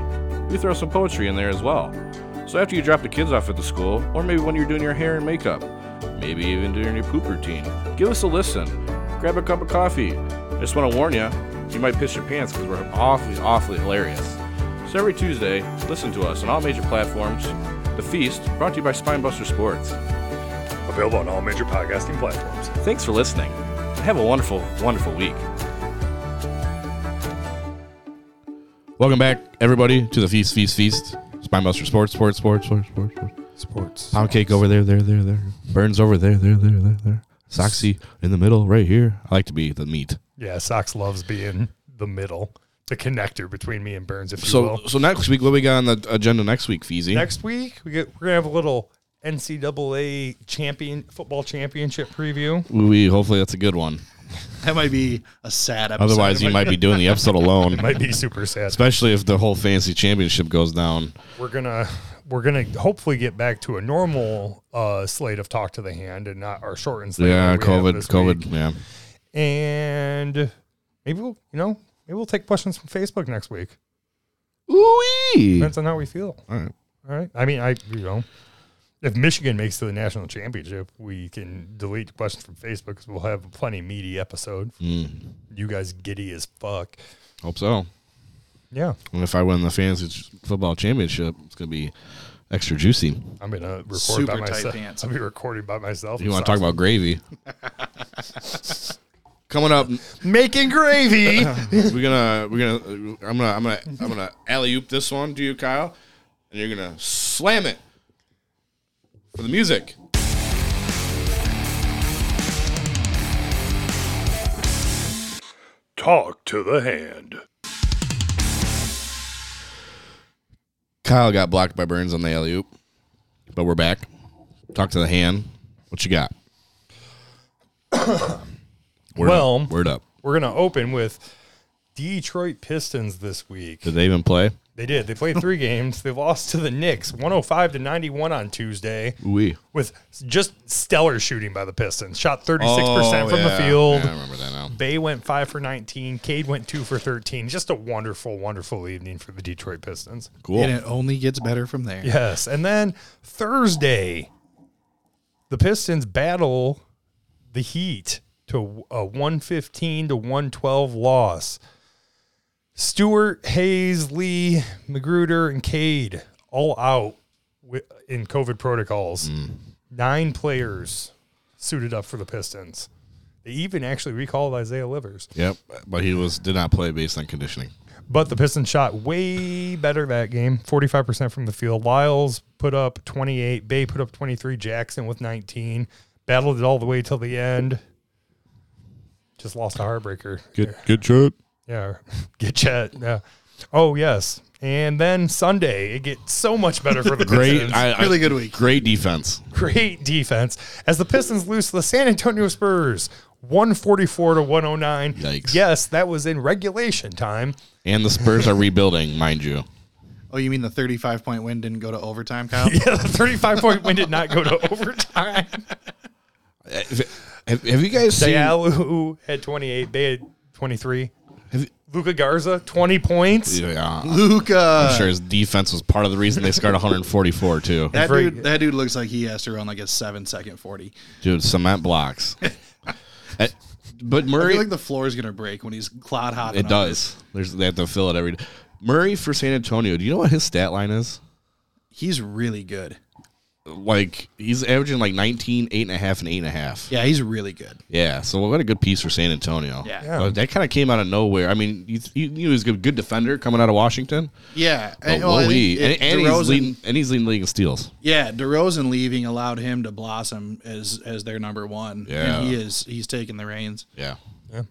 [SPEAKER 5] We throw some poetry in there as well. So after you drop the kids off at the school, or maybe when you're doing your hair and makeup, maybe even during your poop routine, give us a listen. Grab a cup of coffee. I just want to warn you, you might piss your pants because we're awfully, awfully hilarious. So every Tuesday, listen to us on all major platforms. The Feast, brought to you by Spinebuster Sports.
[SPEAKER 2] Available on all major podcasting platforms.
[SPEAKER 5] Thanks for listening. Have a wonderful, wonderful week.
[SPEAKER 3] Welcome back, everybody, to the feast, feast, feast. Spinebuster Sports, Sports, Sports, Sports, Sports, Sports.
[SPEAKER 1] Sports.
[SPEAKER 3] Pound cake over there, there, there, there. Burns over there, there, there, there, there. Soxy in the middle, right here. I like to be the meat.
[SPEAKER 2] Yeah, Sox loves being the middle, the connector between me and Burns, if you
[SPEAKER 3] So,
[SPEAKER 2] will.
[SPEAKER 3] so next week, what we got on the agenda next week, Feezy?
[SPEAKER 2] Next week we get we're gonna have a little NCAA champion football championship preview.
[SPEAKER 3] we hopefully that's a good one.
[SPEAKER 4] That might be a sad episode.
[SPEAKER 3] Otherwise, you might be doing the episode alone.
[SPEAKER 2] Might be super sad.
[SPEAKER 3] especially if the whole fantasy championship goes down.
[SPEAKER 2] we're gonna we're gonna hopefully get back to a normal uh, slate of talk to the hand and not our shortened slate.
[SPEAKER 3] Yeah,
[SPEAKER 2] that we have
[SPEAKER 3] COVID,
[SPEAKER 2] this
[SPEAKER 3] COVID,
[SPEAKER 2] week.
[SPEAKER 3] yeah.
[SPEAKER 2] and maybe we'll you know maybe we'll take questions from Facebook next week.
[SPEAKER 3] Ooh,
[SPEAKER 2] Depends on how we feel.
[SPEAKER 3] All right.
[SPEAKER 2] All right. I mean, I you know, if Michigan makes to the national championship, we can delete the questions from Facebook because we'll have a plenty meaty episode. You guys giddy as fuck.
[SPEAKER 3] Mm. Hope so.
[SPEAKER 2] Yeah,
[SPEAKER 3] And if I win the fantasy ch- football championship, it's gonna be extra juicy.
[SPEAKER 2] I'm gonna record
[SPEAKER 4] Super
[SPEAKER 2] by
[SPEAKER 4] tight
[SPEAKER 2] myself.
[SPEAKER 4] pants.
[SPEAKER 2] I'll be recording by myself.
[SPEAKER 3] You want to talk about gravy? Coming up,
[SPEAKER 2] making gravy?
[SPEAKER 3] we're gonna we're gonna I'm gonna I'm gonna I'm gonna alley oop this one to you, Kyle, and you're gonna slam it for the music.
[SPEAKER 2] talk to the hand.
[SPEAKER 3] Kyle got blocked by Burns on the alley oop, but we're back. Talk to the hand. What you got? Word
[SPEAKER 2] Well-
[SPEAKER 3] up. word up.
[SPEAKER 2] We're gonna open with Detroit Pistons this week.
[SPEAKER 3] Did they even play?
[SPEAKER 2] They did. They played three games. They lost to the Knicks, 105 to 91 on Tuesday.
[SPEAKER 3] We
[SPEAKER 2] with just stellar shooting by the Pistons. Shot 36% from the
[SPEAKER 3] Oh, yeah.
[SPEAKER 2] field.
[SPEAKER 3] Yeah, I remember that now.
[SPEAKER 2] Bay went 5 for 19. Cade went 2 for 13. Just a wonderful, wonderful evening for the Detroit Pistons.
[SPEAKER 3] Cool.
[SPEAKER 4] And it only gets better from there.
[SPEAKER 2] Yes. And then Thursday, the Pistons battle the Heat to a 115 to 112 loss. Stewart, Hayes, Lee, Magruder, and Cade all out wi- in COVID protocols. Nine players suited up for the Pistons. They even actually recalled Isaiah Livers.
[SPEAKER 3] Yep, but he was did not play based on conditioning.
[SPEAKER 2] But the Pistons shot way better that game, 45% from the field. Lyles put up 28, Bay put up 23, Jackson with 19. Battled it all the way till the end. Just lost a heartbreaker.
[SPEAKER 3] Good, good shot.
[SPEAKER 2] Yeah, get chat. Yeah. Oh yes. And then Sunday, it gets so much better for the
[SPEAKER 3] Great,
[SPEAKER 2] Pistons.
[SPEAKER 3] I, I-
[SPEAKER 4] Really good week.
[SPEAKER 3] Great defense.
[SPEAKER 2] Great defense as the Pistons lose to the San Antonio Spurs, one forty four to one hundred nine.
[SPEAKER 3] Yikes.
[SPEAKER 2] Yes, that was in regulation time.
[SPEAKER 3] And the Spurs are rebuilding, mind you.
[SPEAKER 4] Oh, you mean the 35 point win didn't go to overtime, Kyle?
[SPEAKER 2] Yeah, the thirty five point win did not go to overtime.
[SPEAKER 3] Have, have you guys seen?
[SPEAKER 2] Diallo had twenty eight. They had twenty three.
[SPEAKER 3] Have-
[SPEAKER 2] Luca Garza twenty points.
[SPEAKER 3] Yeah,
[SPEAKER 4] Luca.
[SPEAKER 3] I'm sure his defense was part of the reason they scored 144 too.
[SPEAKER 4] That
[SPEAKER 2] Very-
[SPEAKER 4] dude, that dude looks like he has to run like a seven second 40.
[SPEAKER 3] Dude, cement blocks. Uh, but
[SPEAKER 4] I
[SPEAKER 3] Murray,
[SPEAKER 4] feel like the floor is going to break when he's cloud hot.
[SPEAKER 3] it does. There's they have to fill it every day. Murray for San Antonio. Do you know what his stat line is?
[SPEAKER 4] He's really good.
[SPEAKER 3] Like he's averaging like 19, eight and a half, and eight and a half.
[SPEAKER 4] Yeah, he's really good.
[SPEAKER 3] Yeah, so what a good piece for San Antonio.
[SPEAKER 4] Yeah.
[SPEAKER 2] Yeah.
[SPEAKER 3] Well, that kind of came out of nowhere. I mean, you, you knew he was a good, good defender coming out of Washington.
[SPEAKER 4] Yeah.
[SPEAKER 3] But
[SPEAKER 4] well, I
[SPEAKER 3] Lee,
[SPEAKER 4] think
[SPEAKER 3] and,
[SPEAKER 4] it-
[SPEAKER 3] and
[SPEAKER 4] DeRozan-
[SPEAKER 3] he's leading, and he's leading the league in steals.
[SPEAKER 4] Yeah, DeRozan leaving allowed him to blossom as as their number one.
[SPEAKER 3] Yeah.
[SPEAKER 4] And he is he's taking the reins.
[SPEAKER 3] Yeah.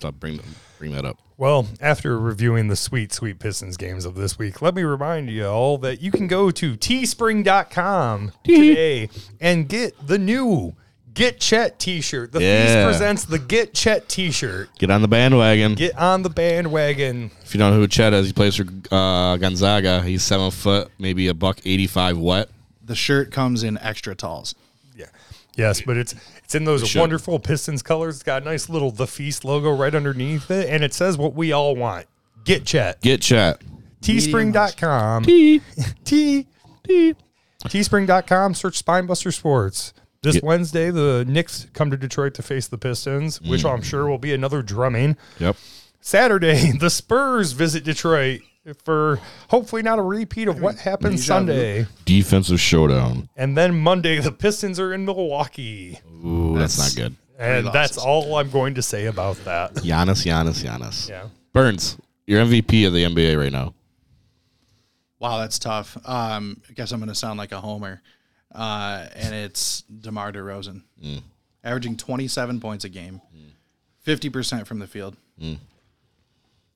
[SPEAKER 3] So bring bring that up.
[SPEAKER 2] Well, after reviewing the sweet, sweet Pistons games of this week, let me remind you all that you can go to teespring.com today and get the new Get Chet t shirt. The
[SPEAKER 3] Yeah.
[SPEAKER 2] Feast presents the Get Chet t shirt.
[SPEAKER 3] Get on the bandwagon.
[SPEAKER 2] Get on the bandwagon.
[SPEAKER 3] if you don't know who Chet is, he plays for uh, Gonzaga. He's seven foot, maybe a buck eighty five wet.
[SPEAKER 4] The shirt comes in extra talls.
[SPEAKER 2] Yeah. Yes, but it's it's in those
[SPEAKER 3] should.
[SPEAKER 2] wonderful Pistons colors. It's got a nice little The Feast logo right underneath it, and it says what we all want. Get Chet.
[SPEAKER 3] Get Chet.
[SPEAKER 2] Teespring.com.
[SPEAKER 3] Tee.
[SPEAKER 2] T T teespring.com search spinebuster sports this
[SPEAKER 3] Yeah.
[SPEAKER 2] wednesday the knicks come to detroit to face the pistons which i'm sure will be another drumming
[SPEAKER 3] Yep.
[SPEAKER 2] saturday the spurs visit detroit for hopefully not a repeat of what happened sunday
[SPEAKER 3] Defensive showdown.
[SPEAKER 2] and then monday the pistons are in milwaukee
[SPEAKER 3] Ooh, that's, not good.
[SPEAKER 2] and that's
[SPEAKER 4] losses.
[SPEAKER 2] all i'm going to say about that
[SPEAKER 3] Giannis, Giannis, Giannis.
[SPEAKER 2] yeah
[SPEAKER 3] Burns, you're MVP of the NBA right now.
[SPEAKER 4] Wow, that's tough. Um, I guess I'm going to sound like a homer. Uh, and it's DeMar DeRozan, averaging 27 points a game, 50% from the field,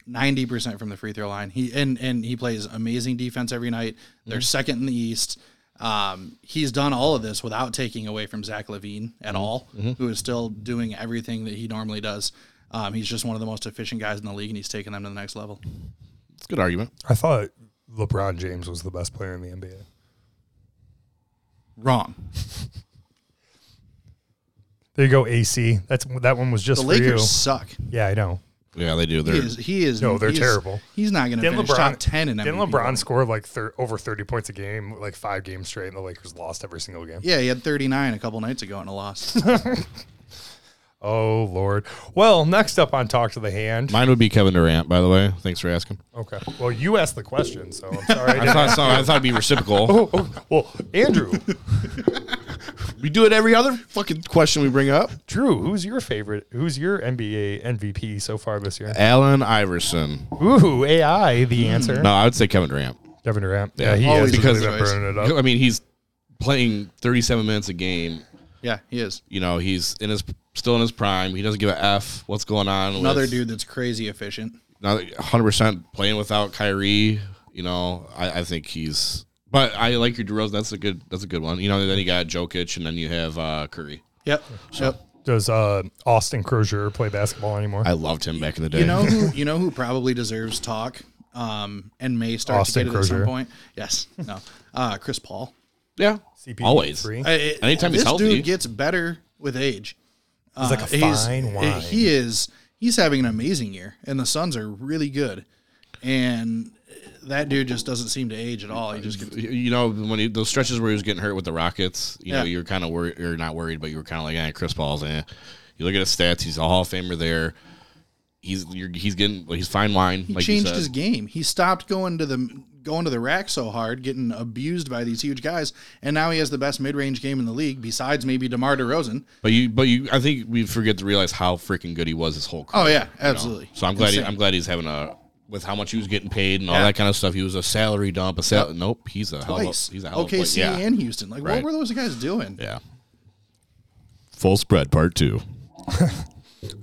[SPEAKER 4] 90% from the free throw line. He and and he plays amazing defense every night. They're second in the East. Um, he's done all of this without taking away from Zach Levine at all, who is still doing everything that he normally does. Um, he's just one of the most efficient guys in the league, and he's taking them to the next level.
[SPEAKER 3] It's a good argument.
[SPEAKER 2] i thought lebron james was the best player in the nba
[SPEAKER 4] Wrong.
[SPEAKER 2] there you go ac that's that one was just
[SPEAKER 4] The
[SPEAKER 2] for you
[SPEAKER 4] Lakers suck.
[SPEAKER 2] yeah i know
[SPEAKER 3] Yeah, they do. They're
[SPEAKER 4] He is. He is
[SPEAKER 2] No, they're
[SPEAKER 4] he is-
[SPEAKER 2] terrible.
[SPEAKER 4] He's not going to
[SPEAKER 2] Didn't
[SPEAKER 4] finish
[SPEAKER 2] LeBron,
[SPEAKER 4] top ten in MVP.
[SPEAKER 2] didn't LeBron score like thir- over 30 points a game, like five games straight, and the Lakers lost every single game?
[SPEAKER 4] Yeah, he had 39 a couple nights ago and a loss.
[SPEAKER 2] Oh, Lord. Well, next up on Talk to the Hand.
[SPEAKER 3] mine would be Kevin Durant, by the way. Thanks for asking.
[SPEAKER 2] okay. Well, you asked the question, so I'm sorry. I
[SPEAKER 3] I
[SPEAKER 2] didn't-
[SPEAKER 3] thought so, I thought it'd be reciprocal.
[SPEAKER 2] Oh, oh, well, Andrew,
[SPEAKER 3] We do it every other fucking question we bring up.
[SPEAKER 2] Drew, who's your favorite? Who's your NBA MVP so far this
[SPEAKER 4] Uh,
[SPEAKER 2] year?
[SPEAKER 3] Allen Iverson.
[SPEAKER 2] Ooh, AI, the answer.
[SPEAKER 3] No, I would say Kevin Durant.
[SPEAKER 2] Kevin Durant. Yeah, he has
[SPEAKER 4] Always
[SPEAKER 2] because
[SPEAKER 4] a
[SPEAKER 2] been
[SPEAKER 4] good choice.
[SPEAKER 2] burning it up.
[SPEAKER 3] I mean, he's playing 37 minutes a game.
[SPEAKER 4] yeah, he is
[SPEAKER 3] You know, he's in his still in his prime. He doesn't give a f what's going on.
[SPEAKER 4] another
[SPEAKER 3] with-
[SPEAKER 4] dude that's crazy efficient.
[SPEAKER 3] not 100% playing without Kyrie. You know, I, I think he's. But I like your DeRozan. That's a good. That's a good one. You know, then you got Jokic, and then you have uh, Curry.
[SPEAKER 4] Yep. yep.
[SPEAKER 2] Does uh, Austin Crozier play basketball anymore?
[SPEAKER 3] I loved him back in the day.
[SPEAKER 4] You know who? You know who probably deserves talk. Um, and may start
[SPEAKER 2] Austin
[SPEAKER 4] to get it at some
[SPEAKER 2] Crozier.
[SPEAKER 4] point. Yes. No. Uh, Chris Paul.
[SPEAKER 3] yeah,
[SPEAKER 2] CP3?
[SPEAKER 3] always.
[SPEAKER 2] He's
[SPEAKER 4] I- I-
[SPEAKER 3] Anytime he's
[SPEAKER 4] this
[SPEAKER 3] healthy.
[SPEAKER 4] dude gets better with age.
[SPEAKER 2] like a
[SPEAKER 4] Uh, he's-
[SPEAKER 2] fine
[SPEAKER 4] uh,
[SPEAKER 2] wine.
[SPEAKER 4] He is. He's having an amazing year, and the Suns are really good. And that dude just doesn't seem to age at all. He just gets,
[SPEAKER 3] You know, when he, those stretches where he was getting hurt with the Rockets, you know,
[SPEAKER 4] Yeah.
[SPEAKER 3] you're kind of worried. You're not worried, but you were kind of like, eh, Chris Paul's eh. You look at his stats. He's a Hall of Famer there. He's you're, he's getting well, he's fine wine.
[SPEAKER 4] he
[SPEAKER 3] like you
[SPEAKER 4] changed
[SPEAKER 3] said.
[SPEAKER 4] his game. He stopped going to the going to the rack so hard, getting abused by these huge guys, and now he has the best mid range game in the league, besides maybe DeMar DeRozan.
[SPEAKER 3] But you, but you, I think we forget to realize how freaking good he was his whole career.
[SPEAKER 4] Oh yeah, absolutely.
[SPEAKER 3] So I'm glad. He,
[SPEAKER 4] Insane.
[SPEAKER 3] I'm glad he's having a with how much he was getting paid and all
[SPEAKER 4] Yeah.
[SPEAKER 3] that kind of stuff. He was a salary dump. A sal- Nope, he's a hell. Of,
[SPEAKER 4] Twice.
[SPEAKER 3] a- he's a hell. of a player.
[SPEAKER 4] OKC
[SPEAKER 3] yeah.
[SPEAKER 4] and Houston. Like
[SPEAKER 3] Right.
[SPEAKER 4] what were those guys doing?
[SPEAKER 3] yeah. Full spread part two.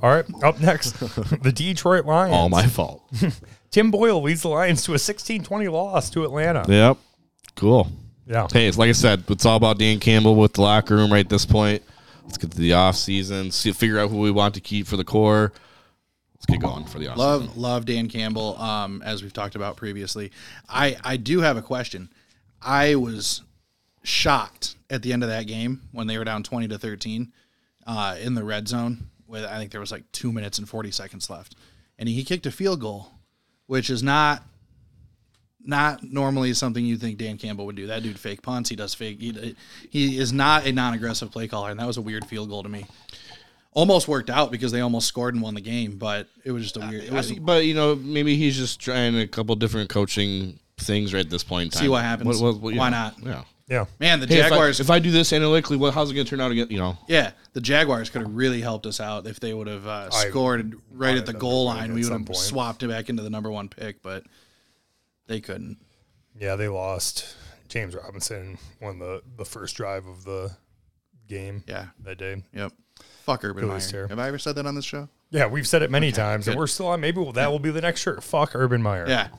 [SPEAKER 2] All right, up next, the Detroit Lions.
[SPEAKER 3] All my fault.
[SPEAKER 2] Tim Boyle leads the Lions to a 16-20 loss to Atlanta.
[SPEAKER 3] yep. Cool.
[SPEAKER 2] Yeah.
[SPEAKER 3] Hey, it's like I said, it's all about Dan Campbell with the locker room right at this point. Let's get to the off season. See, figure out who we want to keep for the core. Let's get going for the off. season.
[SPEAKER 4] Love love Dan Campbell. Um, as we've talked about previously, I I do have a question. I was shocked at the end of that game when they were down twenty to thirteen, uh, in the red zone. With I think there was like two minutes and forty seconds left, and he kicked a field goal, which is not not normally something you think Dan Campbell would do. That dude fake punts. He does fake. He, he is not a non-aggressive play caller, and that was a weird field goal to me. Almost worked out because they almost scored and won the game, but it was just a weird. It was
[SPEAKER 3] I- but you know, maybe he's just trying a couple different coaching things right at this point. In time.
[SPEAKER 4] See what happens.
[SPEAKER 3] yeah.
[SPEAKER 4] Why not?
[SPEAKER 3] Yeah.
[SPEAKER 2] Yeah.
[SPEAKER 4] Man, the
[SPEAKER 3] Hey, if I-
[SPEAKER 4] Jaguars.
[SPEAKER 3] If I, do this analytically, what, how's it going to turn out again? You know,
[SPEAKER 4] yeah, the Jaguars could have really helped us out if they would have uh, scored right at the goal
[SPEAKER 2] at
[SPEAKER 4] line. We would
[SPEAKER 2] some
[SPEAKER 4] have
[SPEAKER 2] point.
[SPEAKER 4] swapped it back into the number one pick, but they couldn't.
[SPEAKER 2] Yeah, they lost James Robinson won the the first drive of the game
[SPEAKER 4] Yeah.
[SPEAKER 2] that day.
[SPEAKER 4] Yep. Fuck Urban
[SPEAKER 2] It was
[SPEAKER 4] Meyer.
[SPEAKER 2] terrible.
[SPEAKER 4] Have I ever said that on this show?
[SPEAKER 2] Yeah, we've said it many times, and
[SPEAKER 4] good.
[SPEAKER 2] we're still on. Maybe that will be the next shirt. Fuck Urban Meyer.
[SPEAKER 4] Yeah.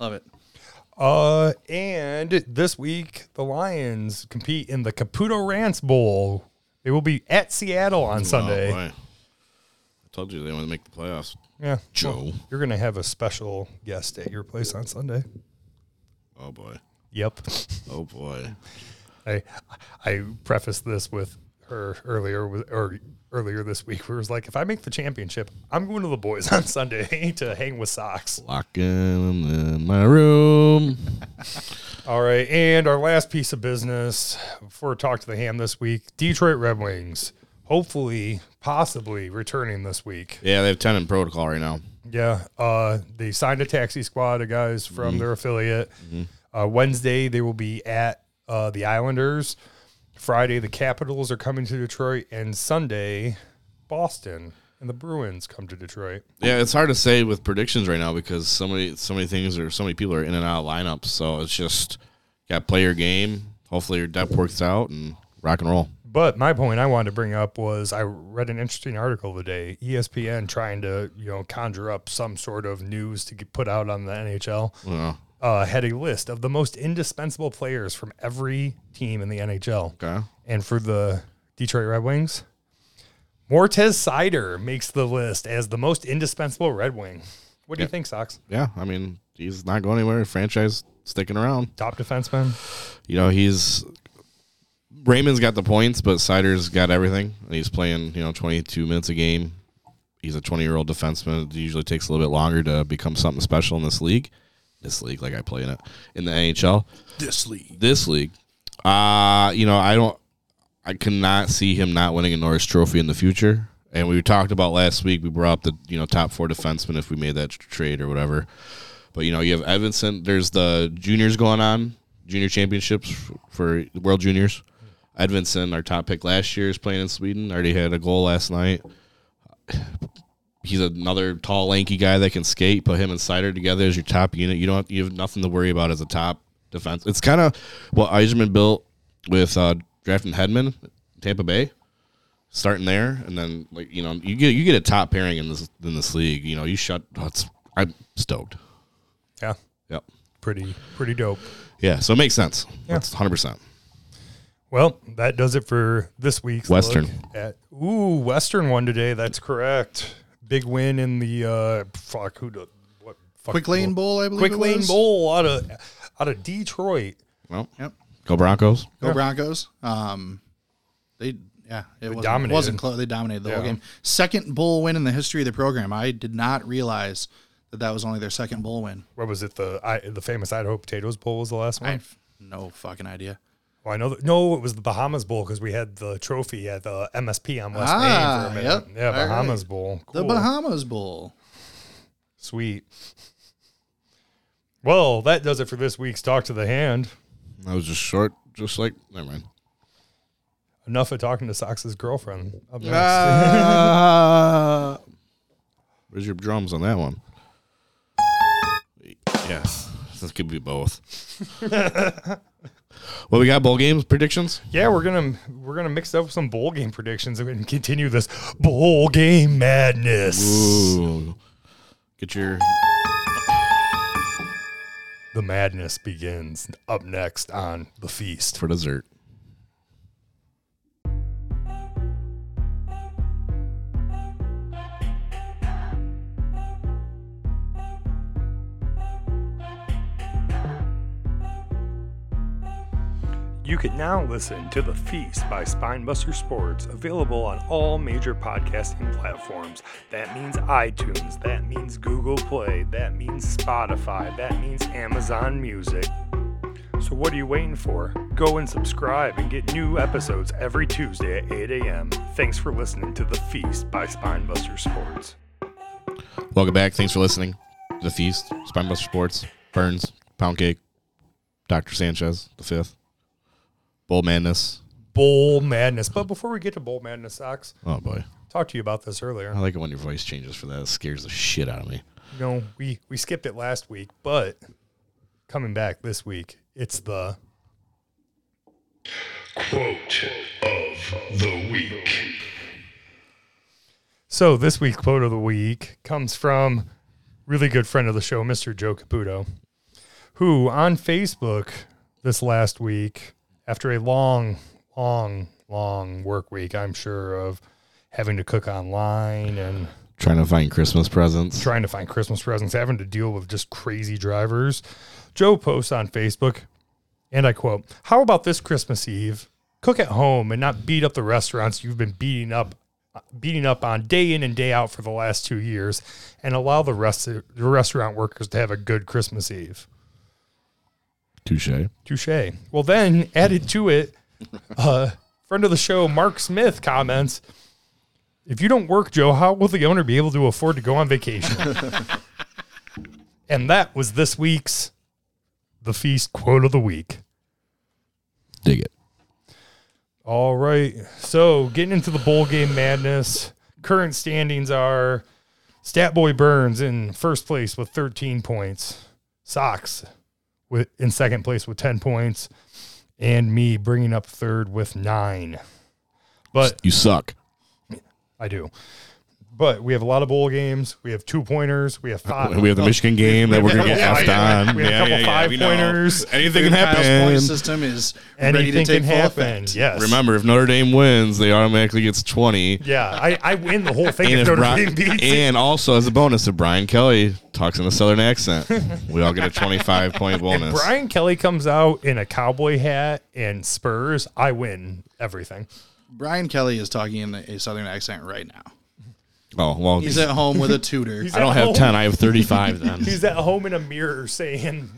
[SPEAKER 4] Love it.
[SPEAKER 2] Uh, and this week the Lions compete in the Caputo Ranch Bowl. They will be at Seattle on Sunday.
[SPEAKER 3] Oh, boy. I told you they want to make the playoffs.
[SPEAKER 2] Yeah,
[SPEAKER 3] Joe.
[SPEAKER 2] you're gonna have a special guest at your place on Sunday.
[SPEAKER 3] Oh boy.
[SPEAKER 2] Yep.
[SPEAKER 3] Oh boy.
[SPEAKER 2] I I prefaced this with her earlier with or earlier this week where it was like, if I make the championship, I'm going to the boys on Sunday to hang with socks.
[SPEAKER 3] Locking 'em in my room.
[SPEAKER 2] All right, and our last piece of business for talk to the ham this week: Detroit Red Wings, hopefully, possibly returning this week.
[SPEAKER 3] Yeah, they have ten in protocol right now.
[SPEAKER 2] Yeah, uh, they signed a taxi squad of guys from their affiliate. Uh, Wednesday they will be at uh, the Islanders. Friday the Capitals are coming to Detroit, and Sunday Boston and the Bruins come to Detroit.
[SPEAKER 3] Yeah, it's hard to say with predictions right now because so many so many things or so many people are in and out of lineups. So it's just got to play your game. Hopefully your depth works out and rock and roll.
[SPEAKER 2] But my point I wanted to bring up was I read an interesting article today, E ESPN trying to you know conjure up some sort of news to get put out on the NHL.
[SPEAKER 3] You know,
[SPEAKER 2] Uh, had a list of the most indispensable players from every team in the NHL.
[SPEAKER 3] okay.
[SPEAKER 2] And for the Detroit Red Wings, Mortez Sider makes the list as the most indispensable Red Wing. What do you think, Sox?
[SPEAKER 3] Yeah, I mean he's not going anywhere. Franchise sticking around.
[SPEAKER 2] Top defenseman?
[SPEAKER 3] You know he's Raymond's got the points, but Sider's got everything. And he's playing you know twenty two minutes a game. He's a twenty year old defenseman. It usually takes a little bit longer to become something special in this league. This league, like I play in it in the NHL.
[SPEAKER 4] This league.
[SPEAKER 3] this league. Uh, you know, I don't I cannot see him not winning a Norris trophy in the future. And we talked about last week we brought up the, you know, top four defensemen if we made that tr- trade or whatever. But you know, you have Evanson, there's the juniors going on, junior championships f- for world juniors. Edvinson, our top pick last year, is playing in Sweden. Already had a goal last night. He's another tall, lanky guy that can skate. Put him and Sider together as your top unit. You don't have, you have nothing to worry about as a top defense. It's kind of what Eiserman built with uh, drafting Headman, Tampa Bay, starting there, and then like you know you get you get a top pairing in this in this league. You know you shut. oh, it's- I'm stoked.
[SPEAKER 2] Yeah.
[SPEAKER 3] Yep.
[SPEAKER 2] Pretty, pretty dope.
[SPEAKER 3] Yeah. So it makes sense. That's 100. percent
[SPEAKER 2] Well, that does it for this week's
[SPEAKER 3] Western.
[SPEAKER 2] look At, ooh, Western one today. That's correct. Big win in the uh, fuck who the what fuck
[SPEAKER 4] Quick lane bowl, I believe.
[SPEAKER 2] quick
[SPEAKER 4] it
[SPEAKER 2] lane
[SPEAKER 4] was.
[SPEAKER 2] bowl out of out of Detroit.
[SPEAKER 3] Well,
[SPEAKER 4] Yep.
[SPEAKER 3] go Broncos.
[SPEAKER 4] Go Broncos. Um, they yeah, it wasn't,
[SPEAKER 2] dominated.
[SPEAKER 4] wasn't close. They dominated the whole game. Second bowl win in the history of the program. I did not realize that that was only their second bowl win.
[SPEAKER 2] What was it? The I, the famous Idaho Potatoes Bowl was the last
[SPEAKER 4] I
[SPEAKER 2] one.
[SPEAKER 4] have no fucking idea.
[SPEAKER 2] Well, I know. That, no, it was the Bahamas Bowl because we had the trophy at the MSP on West
[SPEAKER 4] Ah,
[SPEAKER 2] Main for a minute.
[SPEAKER 4] yep.
[SPEAKER 2] Yeah,
[SPEAKER 4] All
[SPEAKER 2] Bahamas
[SPEAKER 4] right.
[SPEAKER 2] Bowl.
[SPEAKER 4] The
[SPEAKER 2] Cool.
[SPEAKER 4] Bahamas Bowl.
[SPEAKER 2] Sweet. Well, that does it for this week's Talk to the Hand.
[SPEAKER 3] I was just short, just like never mind.
[SPEAKER 2] Enough of talking to Sox's girlfriend. Up next.
[SPEAKER 3] Where's your drums on that one? Yeah, this could be both. Well, we got bowl games predictions.
[SPEAKER 2] Yeah, we're gonna we're gonna mix up some bowl game predictions and continue this bowl game madness.
[SPEAKER 3] Ooh, get your
[SPEAKER 2] The madness begins up next on the feast.
[SPEAKER 3] for dessert.
[SPEAKER 2] You can now listen to The Feast by Spinebuster Sports, available on all major podcasting platforms. That means iTunes, that means Google Play, that means Spotify, that means Amazon Music. So, what are you waiting for? Go and subscribe and get new episodes every Tuesday at 8 a.m. Thanks for listening to The Feast by Spinebuster Sports.
[SPEAKER 3] Welcome back. Thanks for listening. to The Feast, Spinebuster Sports, Burns, Pound Cake, Dr. Sanchez, the fifth, Bull Madness.
[SPEAKER 2] Bowl madness. But before we get to bowl madness, socks,
[SPEAKER 3] Oh, boy.
[SPEAKER 2] talked to you about this earlier.
[SPEAKER 3] I like it when your voice changes for that. It scares the shit out of me.
[SPEAKER 2] No, we we skipped it last week, but coming back this week, it's the
[SPEAKER 6] Quote of the week.
[SPEAKER 2] so this week's quote of the week comes from really good friend of the show, Mr. Joe Caputo, who on Facebook this last week, after a long, long, long work week, I'm sure of having to cook online and
[SPEAKER 3] Trying to find Christmas presents.
[SPEAKER 2] trying to find Christmas presents, having to deal with just crazy drivers. Joe posts on Facebook, and I quote, How about this Christmas Eve? Cook at home and not beat up the restaurants you've been beating up beating up on day in and day out for the last two years and allow the rest the restaurant workers to have a good Christmas Eve.
[SPEAKER 3] Touche.
[SPEAKER 2] Touche. Well, then added to it, uh, friend of the show, Mark Smith comments, if you don't work, Joe, how will the owner be able to afford to go on vacation? and that was this week's The Feast quote of the week.
[SPEAKER 3] Dig it.
[SPEAKER 2] All right. So getting into the bowl game madness. Current standings are Stat Boy Burns in first place with 13 points. Sox with in second place with 10 points. And me bringing up third with nine. But
[SPEAKER 3] You suck.
[SPEAKER 2] I do. But we have a lot of bowl games. We have two pointers. We have five.
[SPEAKER 3] We have the Michigan game that we're going to get
[SPEAKER 2] Oh. Yeah,
[SPEAKER 3] effed
[SPEAKER 2] yeah, yeah.
[SPEAKER 3] on.
[SPEAKER 2] We have a couple five
[SPEAKER 3] we know.
[SPEAKER 2] pointers.
[SPEAKER 3] Anything can
[SPEAKER 4] Kyle's point
[SPEAKER 3] happen.
[SPEAKER 4] system is ready to
[SPEAKER 2] Anything
[SPEAKER 4] take
[SPEAKER 2] can
[SPEAKER 4] full
[SPEAKER 2] happen.
[SPEAKER 4] effect.
[SPEAKER 2] Yes.
[SPEAKER 3] Remember, if Notre Dame wins, they automatically gets 20.
[SPEAKER 2] Yeah, I, I win the whole thing
[SPEAKER 3] And,
[SPEAKER 2] if
[SPEAKER 3] if
[SPEAKER 2] Notre
[SPEAKER 3] Bri-
[SPEAKER 2] Dame beats it.
[SPEAKER 3] and also, as a bonus, if Brian Kelly talks in a southern accent, we all get a 25 point bonus.
[SPEAKER 2] Brian Kelly comes out in a cowboy hat and spurs, I win everything.
[SPEAKER 4] Brian Kelly is talking in a southern accent right now.
[SPEAKER 3] oh, well,
[SPEAKER 4] He's at home with a tutor.
[SPEAKER 2] He's
[SPEAKER 3] I don't
[SPEAKER 2] at
[SPEAKER 3] have
[SPEAKER 2] home-
[SPEAKER 3] 10. I have 35 then.
[SPEAKER 2] He's at home in a mirror saying,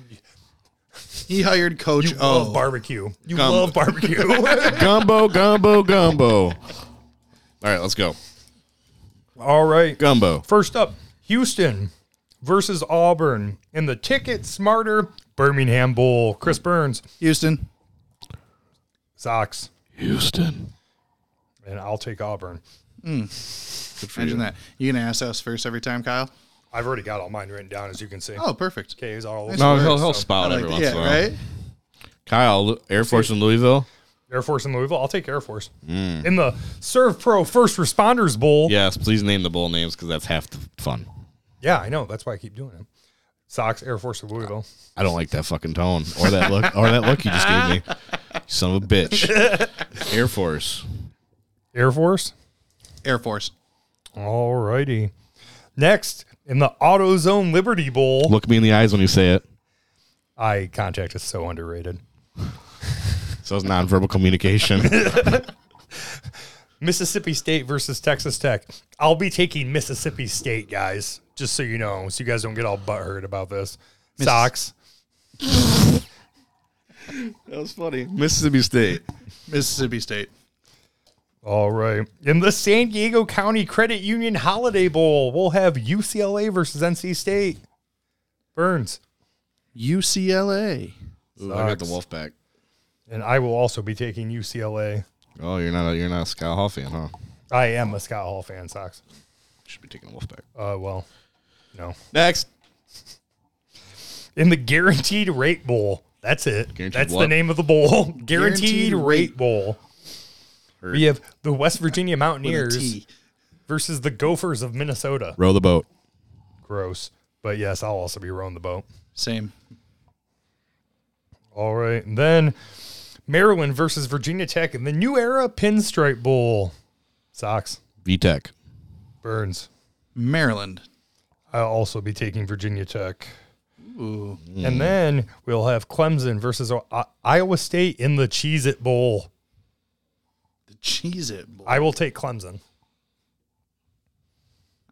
[SPEAKER 4] He hired Coach
[SPEAKER 2] "You
[SPEAKER 4] O.
[SPEAKER 3] Oh.
[SPEAKER 2] love barbecue. You
[SPEAKER 3] Come.
[SPEAKER 2] love barbecue."
[SPEAKER 3] gumbo, gumbo, gumbo. All right, let's go.
[SPEAKER 2] All right.
[SPEAKER 3] Gumbo.
[SPEAKER 2] First up, Houston versus Auburn in the ticket smarter Birmingham Bowl. Chris Burns,
[SPEAKER 4] Houston.
[SPEAKER 2] Sox,
[SPEAKER 3] Houston.
[SPEAKER 2] and I'll take Auburn.
[SPEAKER 4] Imagine that. You gonna ask us first every time, Kyle?
[SPEAKER 2] I've already got all mine written down, as you can see.
[SPEAKER 4] Oh, perfect.
[SPEAKER 2] Okay, he's all
[SPEAKER 4] Nice
[SPEAKER 3] No,
[SPEAKER 4] work.
[SPEAKER 3] he'll, he'll
[SPEAKER 2] So,
[SPEAKER 4] I
[SPEAKER 3] spout
[SPEAKER 4] like
[SPEAKER 3] every
[SPEAKER 4] that.
[SPEAKER 3] once in a
[SPEAKER 4] yeah,
[SPEAKER 3] while.
[SPEAKER 4] right.
[SPEAKER 3] Kyle, Lu- Air Force in Louisville?
[SPEAKER 2] Air Force in Louisville. I'll take Air Force
[SPEAKER 3] Mm.
[SPEAKER 2] in the Serve Pro First Responders Bowl.
[SPEAKER 3] Yes, please name the bowl names because that's half the fun.
[SPEAKER 2] Yeah, I know. That's why I keep doing it. Sox, Air Force, of Louisville.
[SPEAKER 3] I don't like that fucking tone or that look or that look you just gave me. You Son of a bitch. Air Force.
[SPEAKER 2] Air Force.
[SPEAKER 4] Air Force.
[SPEAKER 2] All righty. Next, in the AutoZone Liberty Bowl.
[SPEAKER 3] Look me in the eyes when you say it.
[SPEAKER 2] Eye contact is so underrated.
[SPEAKER 3] So it's nonverbal communication.
[SPEAKER 2] Mississippi State versus Texas Tech. I'll be taking Mississippi State, guys, just so you know, so you guys don't get all butthurt about this. Sox.
[SPEAKER 3] That was funny. Mississippi State.
[SPEAKER 4] Mississippi State.
[SPEAKER 2] All right. In the San Diego County Credit Union Holiday Bowl, we'll have UCLA versus NC State. Burns.
[SPEAKER 4] UCLA.
[SPEAKER 3] Ooh, I got the Wolfpack.
[SPEAKER 2] And I will also be taking UCLA.
[SPEAKER 3] Oh, you're not a, you're not a Scott Hall fan, huh?
[SPEAKER 2] I am a Scott Hall fan, Sox.
[SPEAKER 3] Should be taking a Wolfpack.
[SPEAKER 2] Uh, well, no.
[SPEAKER 3] Next.
[SPEAKER 2] In the guaranteed rate bowl, That's it.
[SPEAKER 3] Guaranteed
[SPEAKER 2] That's the
[SPEAKER 3] what?
[SPEAKER 2] name of the bowl. Guaranteed,
[SPEAKER 4] Guaranteed
[SPEAKER 2] Rate
[SPEAKER 4] Rate
[SPEAKER 2] Bowl. We have the West Virginia Mountaineers
[SPEAKER 4] T.
[SPEAKER 2] versus the Gophers of Minnesota.
[SPEAKER 3] Row the boat.
[SPEAKER 2] Gross. But yes, I'll also be rowing the boat.
[SPEAKER 4] Same.
[SPEAKER 2] All right. And then Maryland versus Virginia Tech in the New Era Pinstripe Bowl. Sox,
[SPEAKER 3] V Tech.
[SPEAKER 2] Burns.
[SPEAKER 4] Maryland.
[SPEAKER 2] I'll also be taking Virginia Tech.
[SPEAKER 4] Ooh.
[SPEAKER 2] And then we'll have Clemson versus I- Iowa State in the Cheez It Bowl.
[SPEAKER 4] The Cheez It Bowl.
[SPEAKER 2] I will take Clemson.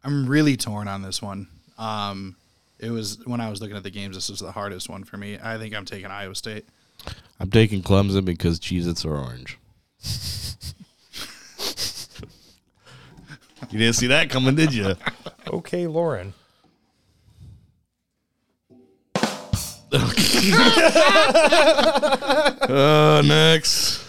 [SPEAKER 4] I'm really torn on this one. Um, it was when I was looking at the games, this was the hardest one for me. I think I'm taking Iowa State.
[SPEAKER 3] I'm taking Clemson because Cheez Its are orange. you didn't see that coming, did you?
[SPEAKER 2] Okay, Lauren.
[SPEAKER 3] Uh, next.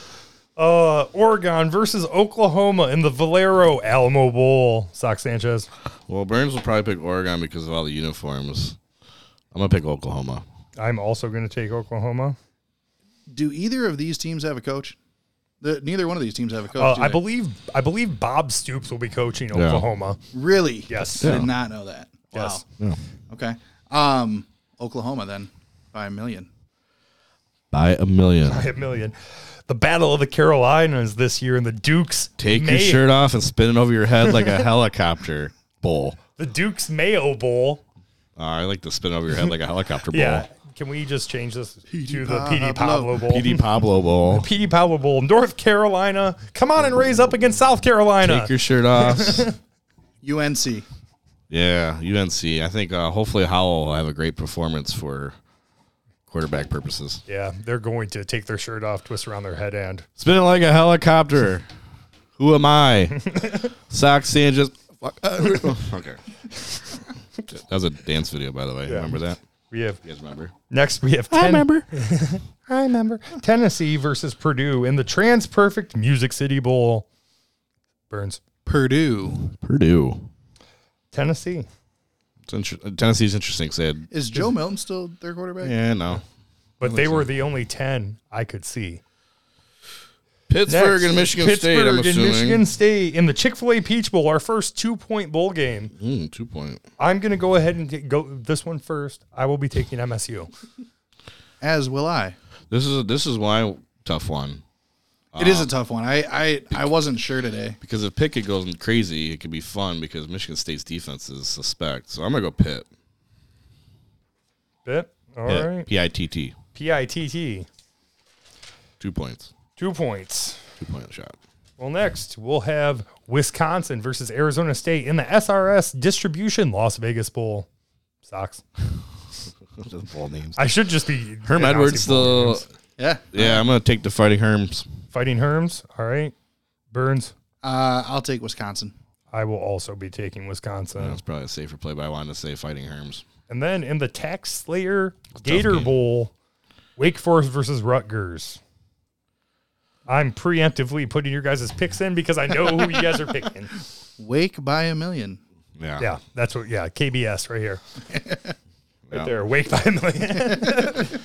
[SPEAKER 2] Uh, Oregon versus Oklahoma in the Valero Alamo Bowl. Sox Sanchez.
[SPEAKER 3] Well, Burns will probably pick Oregon because of all the uniforms. I'm going to pick Oklahoma.
[SPEAKER 2] I'm also going to take Oklahoma.
[SPEAKER 4] Do either of these teams have a coach? The, neither one of these teams have a coach.
[SPEAKER 2] Uh,
[SPEAKER 4] do
[SPEAKER 2] I
[SPEAKER 4] they?
[SPEAKER 2] believe I believe Bob Stoops will be coaching Oklahoma.
[SPEAKER 4] Really?
[SPEAKER 2] Yes.
[SPEAKER 4] I did not know that.
[SPEAKER 2] Yes.
[SPEAKER 4] Wow. Okay. Um, Oklahoma then by a million.
[SPEAKER 3] By a million.
[SPEAKER 2] A million. The Battle of the Carolinas this year, and the Dukes
[SPEAKER 3] Take your
[SPEAKER 2] Mayo-
[SPEAKER 3] shirt off and spin it over your head like a helicopter bowl.
[SPEAKER 2] The Dukes Mayo Bowl.
[SPEAKER 3] Uh, I like to spin over your head like a helicopter bowl.
[SPEAKER 2] Yeah. Can we just change this to the PD Pablo
[SPEAKER 4] Pablo.
[SPEAKER 2] Bowl?
[SPEAKER 3] PD Pablo Bowl.
[SPEAKER 2] PD Pablo Bowl. North Carolina. Come on and raise up against South Carolina.
[SPEAKER 3] Take your shirt off.
[SPEAKER 4] UNC.
[SPEAKER 3] yeah, UNC. I think uh, hopefully Howell will have a great performance for quarterback purposes.
[SPEAKER 2] yeah, they're going to take their shirt off, twist around their head, and
[SPEAKER 3] Spin it like a helicopter. Who am I? Sock Sanchez. Fuck. Uh, okay. That was a dance video, by the way. Remember that?
[SPEAKER 2] we have
[SPEAKER 3] You guys remember?
[SPEAKER 2] Next, we have. Ten- I remember. I remember. Tennessee versus Purdue in the Trans Perfect Music City Bowl. Burns.
[SPEAKER 4] Purdue.
[SPEAKER 3] Purdue.
[SPEAKER 2] Tennessee.
[SPEAKER 3] It's inter- uh, Tennessee's interesting. 'cause They had,
[SPEAKER 4] Is Joe Milton still their quarterback?
[SPEAKER 3] yeah, no.
[SPEAKER 2] But they were the only 10 I could see.
[SPEAKER 3] Pittsburgh
[SPEAKER 2] Next,
[SPEAKER 3] and Michigan State.
[SPEAKER 2] Pittsburgh
[SPEAKER 3] I'm
[SPEAKER 2] and
[SPEAKER 3] assuming.
[SPEAKER 2] Michigan State in the Chick fil A Peach Bowl, our first two point bowl game.
[SPEAKER 3] Mm, two point.
[SPEAKER 2] I'm going to go ahead and take, go this one first. I will be taking MSU.
[SPEAKER 4] As will I.
[SPEAKER 3] This is a, this is why tough one
[SPEAKER 4] It is a tough one. I I, I wasn't sure today.
[SPEAKER 3] because if Pickett goes crazy, it could be fun because Michigan State's defense is suspect. So I'm gonna go Pitt.
[SPEAKER 2] Bit. All
[SPEAKER 3] Pitt.
[SPEAKER 2] right.
[SPEAKER 3] P I T T.
[SPEAKER 2] P I T T.
[SPEAKER 3] Two points.
[SPEAKER 2] Two points.
[SPEAKER 3] Two point shot.
[SPEAKER 2] Well, next we'll have Wisconsin versus Arizona State in the SRS Distribution Las Vegas Bowl. Sox.
[SPEAKER 3] Those are the ball names.
[SPEAKER 2] I should just be
[SPEAKER 3] Herm
[SPEAKER 2] announcing
[SPEAKER 3] Edwards
[SPEAKER 2] bowl
[SPEAKER 3] the
[SPEAKER 2] games.
[SPEAKER 4] Yeah.
[SPEAKER 3] yeah. I'm gonna take the fighting Herms.
[SPEAKER 2] fighting Herms. All right, Burns.
[SPEAKER 4] Uh, I'll take Wisconsin.
[SPEAKER 2] I will also be taking Wisconsin,
[SPEAKER 3] That's probably a safer play, but I wanted to say fighting Herms.
[SPEAKER 2] and then in the Tax Slayer Gator
[SPEAKER 3] game.
[SPEAKER 2] Bowl, Wake Forest versus Rutgers. I'm preemptively putting your guys' picks in because I know who you guys are picking.
[SPEAKER 4] Wake by a million.
[SPEAKER 3] Yeah.
[SPEAKER 2] Yeah, that's what. Yeah, KBS right here, right
[SPEAKER 3] Yeah.
[SPEAKER 2] there. Wake by a million.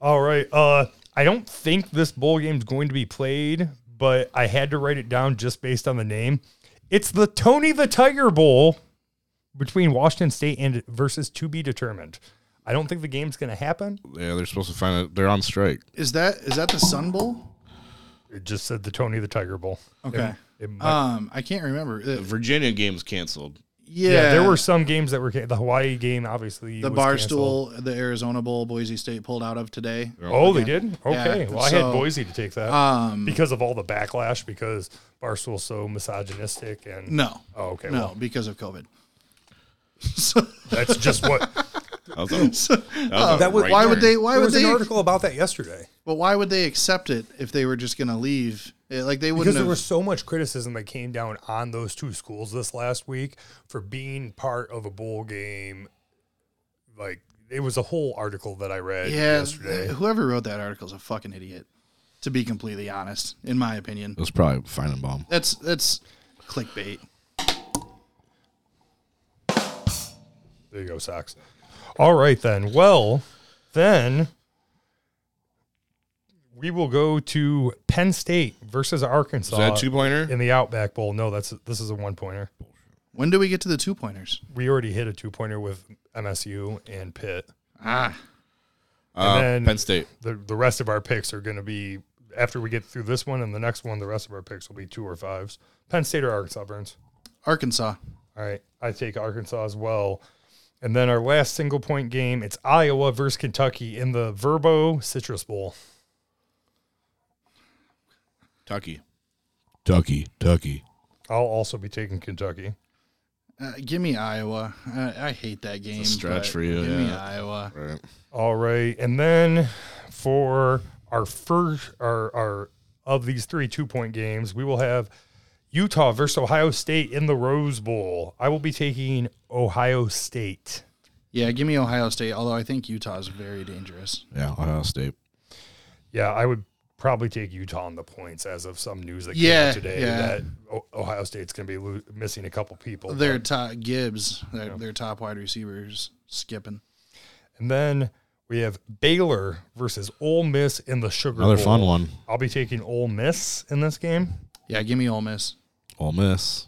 [SPEAKER 2] All right. Uh, I don't think this bowl game's going to be played, but I had to write it down just based on the name. It's the Tony the Tiger Bowl between Washington State and versus to be determined. I don't think the game's going to happen.
[SPEAKER 3] Yeah, they're supposed to find it. They're on strike.
[SPEAKER 4] Is that is that the Sun Bowl?
[SPEAKER 2] It just said the Tony the Tiger Bowl.
[SPEAKER 4] Okay.
[SPEAKER 2] It might-
[SPEAKER 4] Um, I can't remember. Uh,
[SPEAKER 3] The Virginia game's canceled.
[SPEAKER 4] yeah,
[SPEAKER 2] yeah, there were some games that were ca- the Hawaii game, obviously.
[SPEAKER 4] the
[SPEAKER 2] was canceled.
[SPEAKER 4] Barstool, the Arizona Bowl, Boise State pulled out of today.
[SPEAKER 2] Oh, they did.
[SPEAKER 4] Yeah,
[SPEAKER 2] Okay. well, I had
[SPEAKER 4] so,
[SPEAKER 2] Boise to take that.
[SPEAKER 4] Um,
[SPEAKER 2] because of all the backlash because Barstool's so misogynistic and
[SPEAKER 4] no,
[SPEAKER 2] Oh, okay.
[SPEAKER 4] no,
[SPEAKER 2] Well,
[SPEAKER 4] because of COVID. So,
[SPEAKER 2] that's just what
[SPEAKER 3] That was a- that was a
[SPEAKER 2] That was-
[SPEAKER 3] right
[SPEAKER 4] why would
[SPEAKER 3] turn.
[SPEAKER 4] they? Why would they?
[SPEAKER 2] about that yesterday
[SPEAKER 4] But why would they accept it if they were just going to leave? Eh, like they
[SPEAKER 2] because
[SPEAKER 4] wouldn't.
[SPEAKER 2] there
[SPEAKER 4] Have,
[SPEAKER 2] was so much criticism that came down on those two schools this last week for being part of a bowl game. Like it was a whole article that I read
[SPEAKER 4] yeah,
[SPEAKER 2] yesterday.
[SPEAKER 4] whoever wrote that article is a fucking idiot. To be completely honest, in my opinion,
[SPEAKER 3] It was probably fining bomb.
[SPEAKER 4] that's that's clickbait.
[SPEAKER 2] There you go, Sox. All right then. Well, then We will go to Penn State versus Arkansas
[SPEAKER 3] Is that two pointer?
[SPEAKER 2] in the Outback Bowl. No, that's this is a one pointer.
[SPEAKER 4] When do we get to the two pointers?
[SPEAKER 2] We already hit a two pointer with MSU and Pitt.
[SPEAKER 4] Ah,
[SPEAKER 3] Uh,
[SPEAKER 2] then-
[SPEAKER 3] Penn State.
[SPEAKER 2] The the rest of our picks are going to be after we get through this one and the next one. The rest of our picks will be two or fives. Penn State or Arkansas Burns.
[SPEAKER 4] Arkansas.
[SPEAKER 2] All right, I take Arkansas as well. And then our last single point game, it's Iowa versus Kentucky in the Verbo Citrus Bowl.
[SPEAKER 3] Tucky. Tucky. Tucky.
[SPEAKER 2] I'll also be taking Kentucky.
[SPEAKER 4] Uh, give me Iowa. I, I hate that game.
[SPEAKER 3] stretch
[SPEAKER 4] but
[SPEAKER 3] for you,
[SPEAKER 4] Give me
[SPEAKER 3] yeah.
[SPEAKER 4] Iowa.
[SPEAKER 3] Right.
[SPEAKER 2] All right, and then for our first, our our of these three two point games, we will have Utah versus Ohio State in the Rose Bowl. I will be taking Ohio State.
[SPEAKER 4] Yeah, give me Ohio State. Although I think Utah is very dangerous.
[SPEAKER 3] Yeah, Ohio State.
[SPEAKER 2] Yeah, I would probably take Utah on the points as of some news that came
[SPEAKER 4] Yeah,
[SPEAKER 2] out today
[SPEAKER 4] yeah.
[SPEAKER 2] that o- Ohio State's going to be lo- missing a couple people.
[SPEAKER 4] Their top Gibbs, their, their top wide receivers skipping.
[SPEAKER 2] And then we have Baylor versus Ole Miss in the Sugar
[SPEAKER 3] Another
[SPEAKER 2] Bowl.
[SPEAKER 3] fun one.
[SPEAKER 2] I'll be taking Ole Miss in this game.
[SPEAKER 4] Yeah, give me Ole Miss.
[SPEAKER 3] Ole Miss.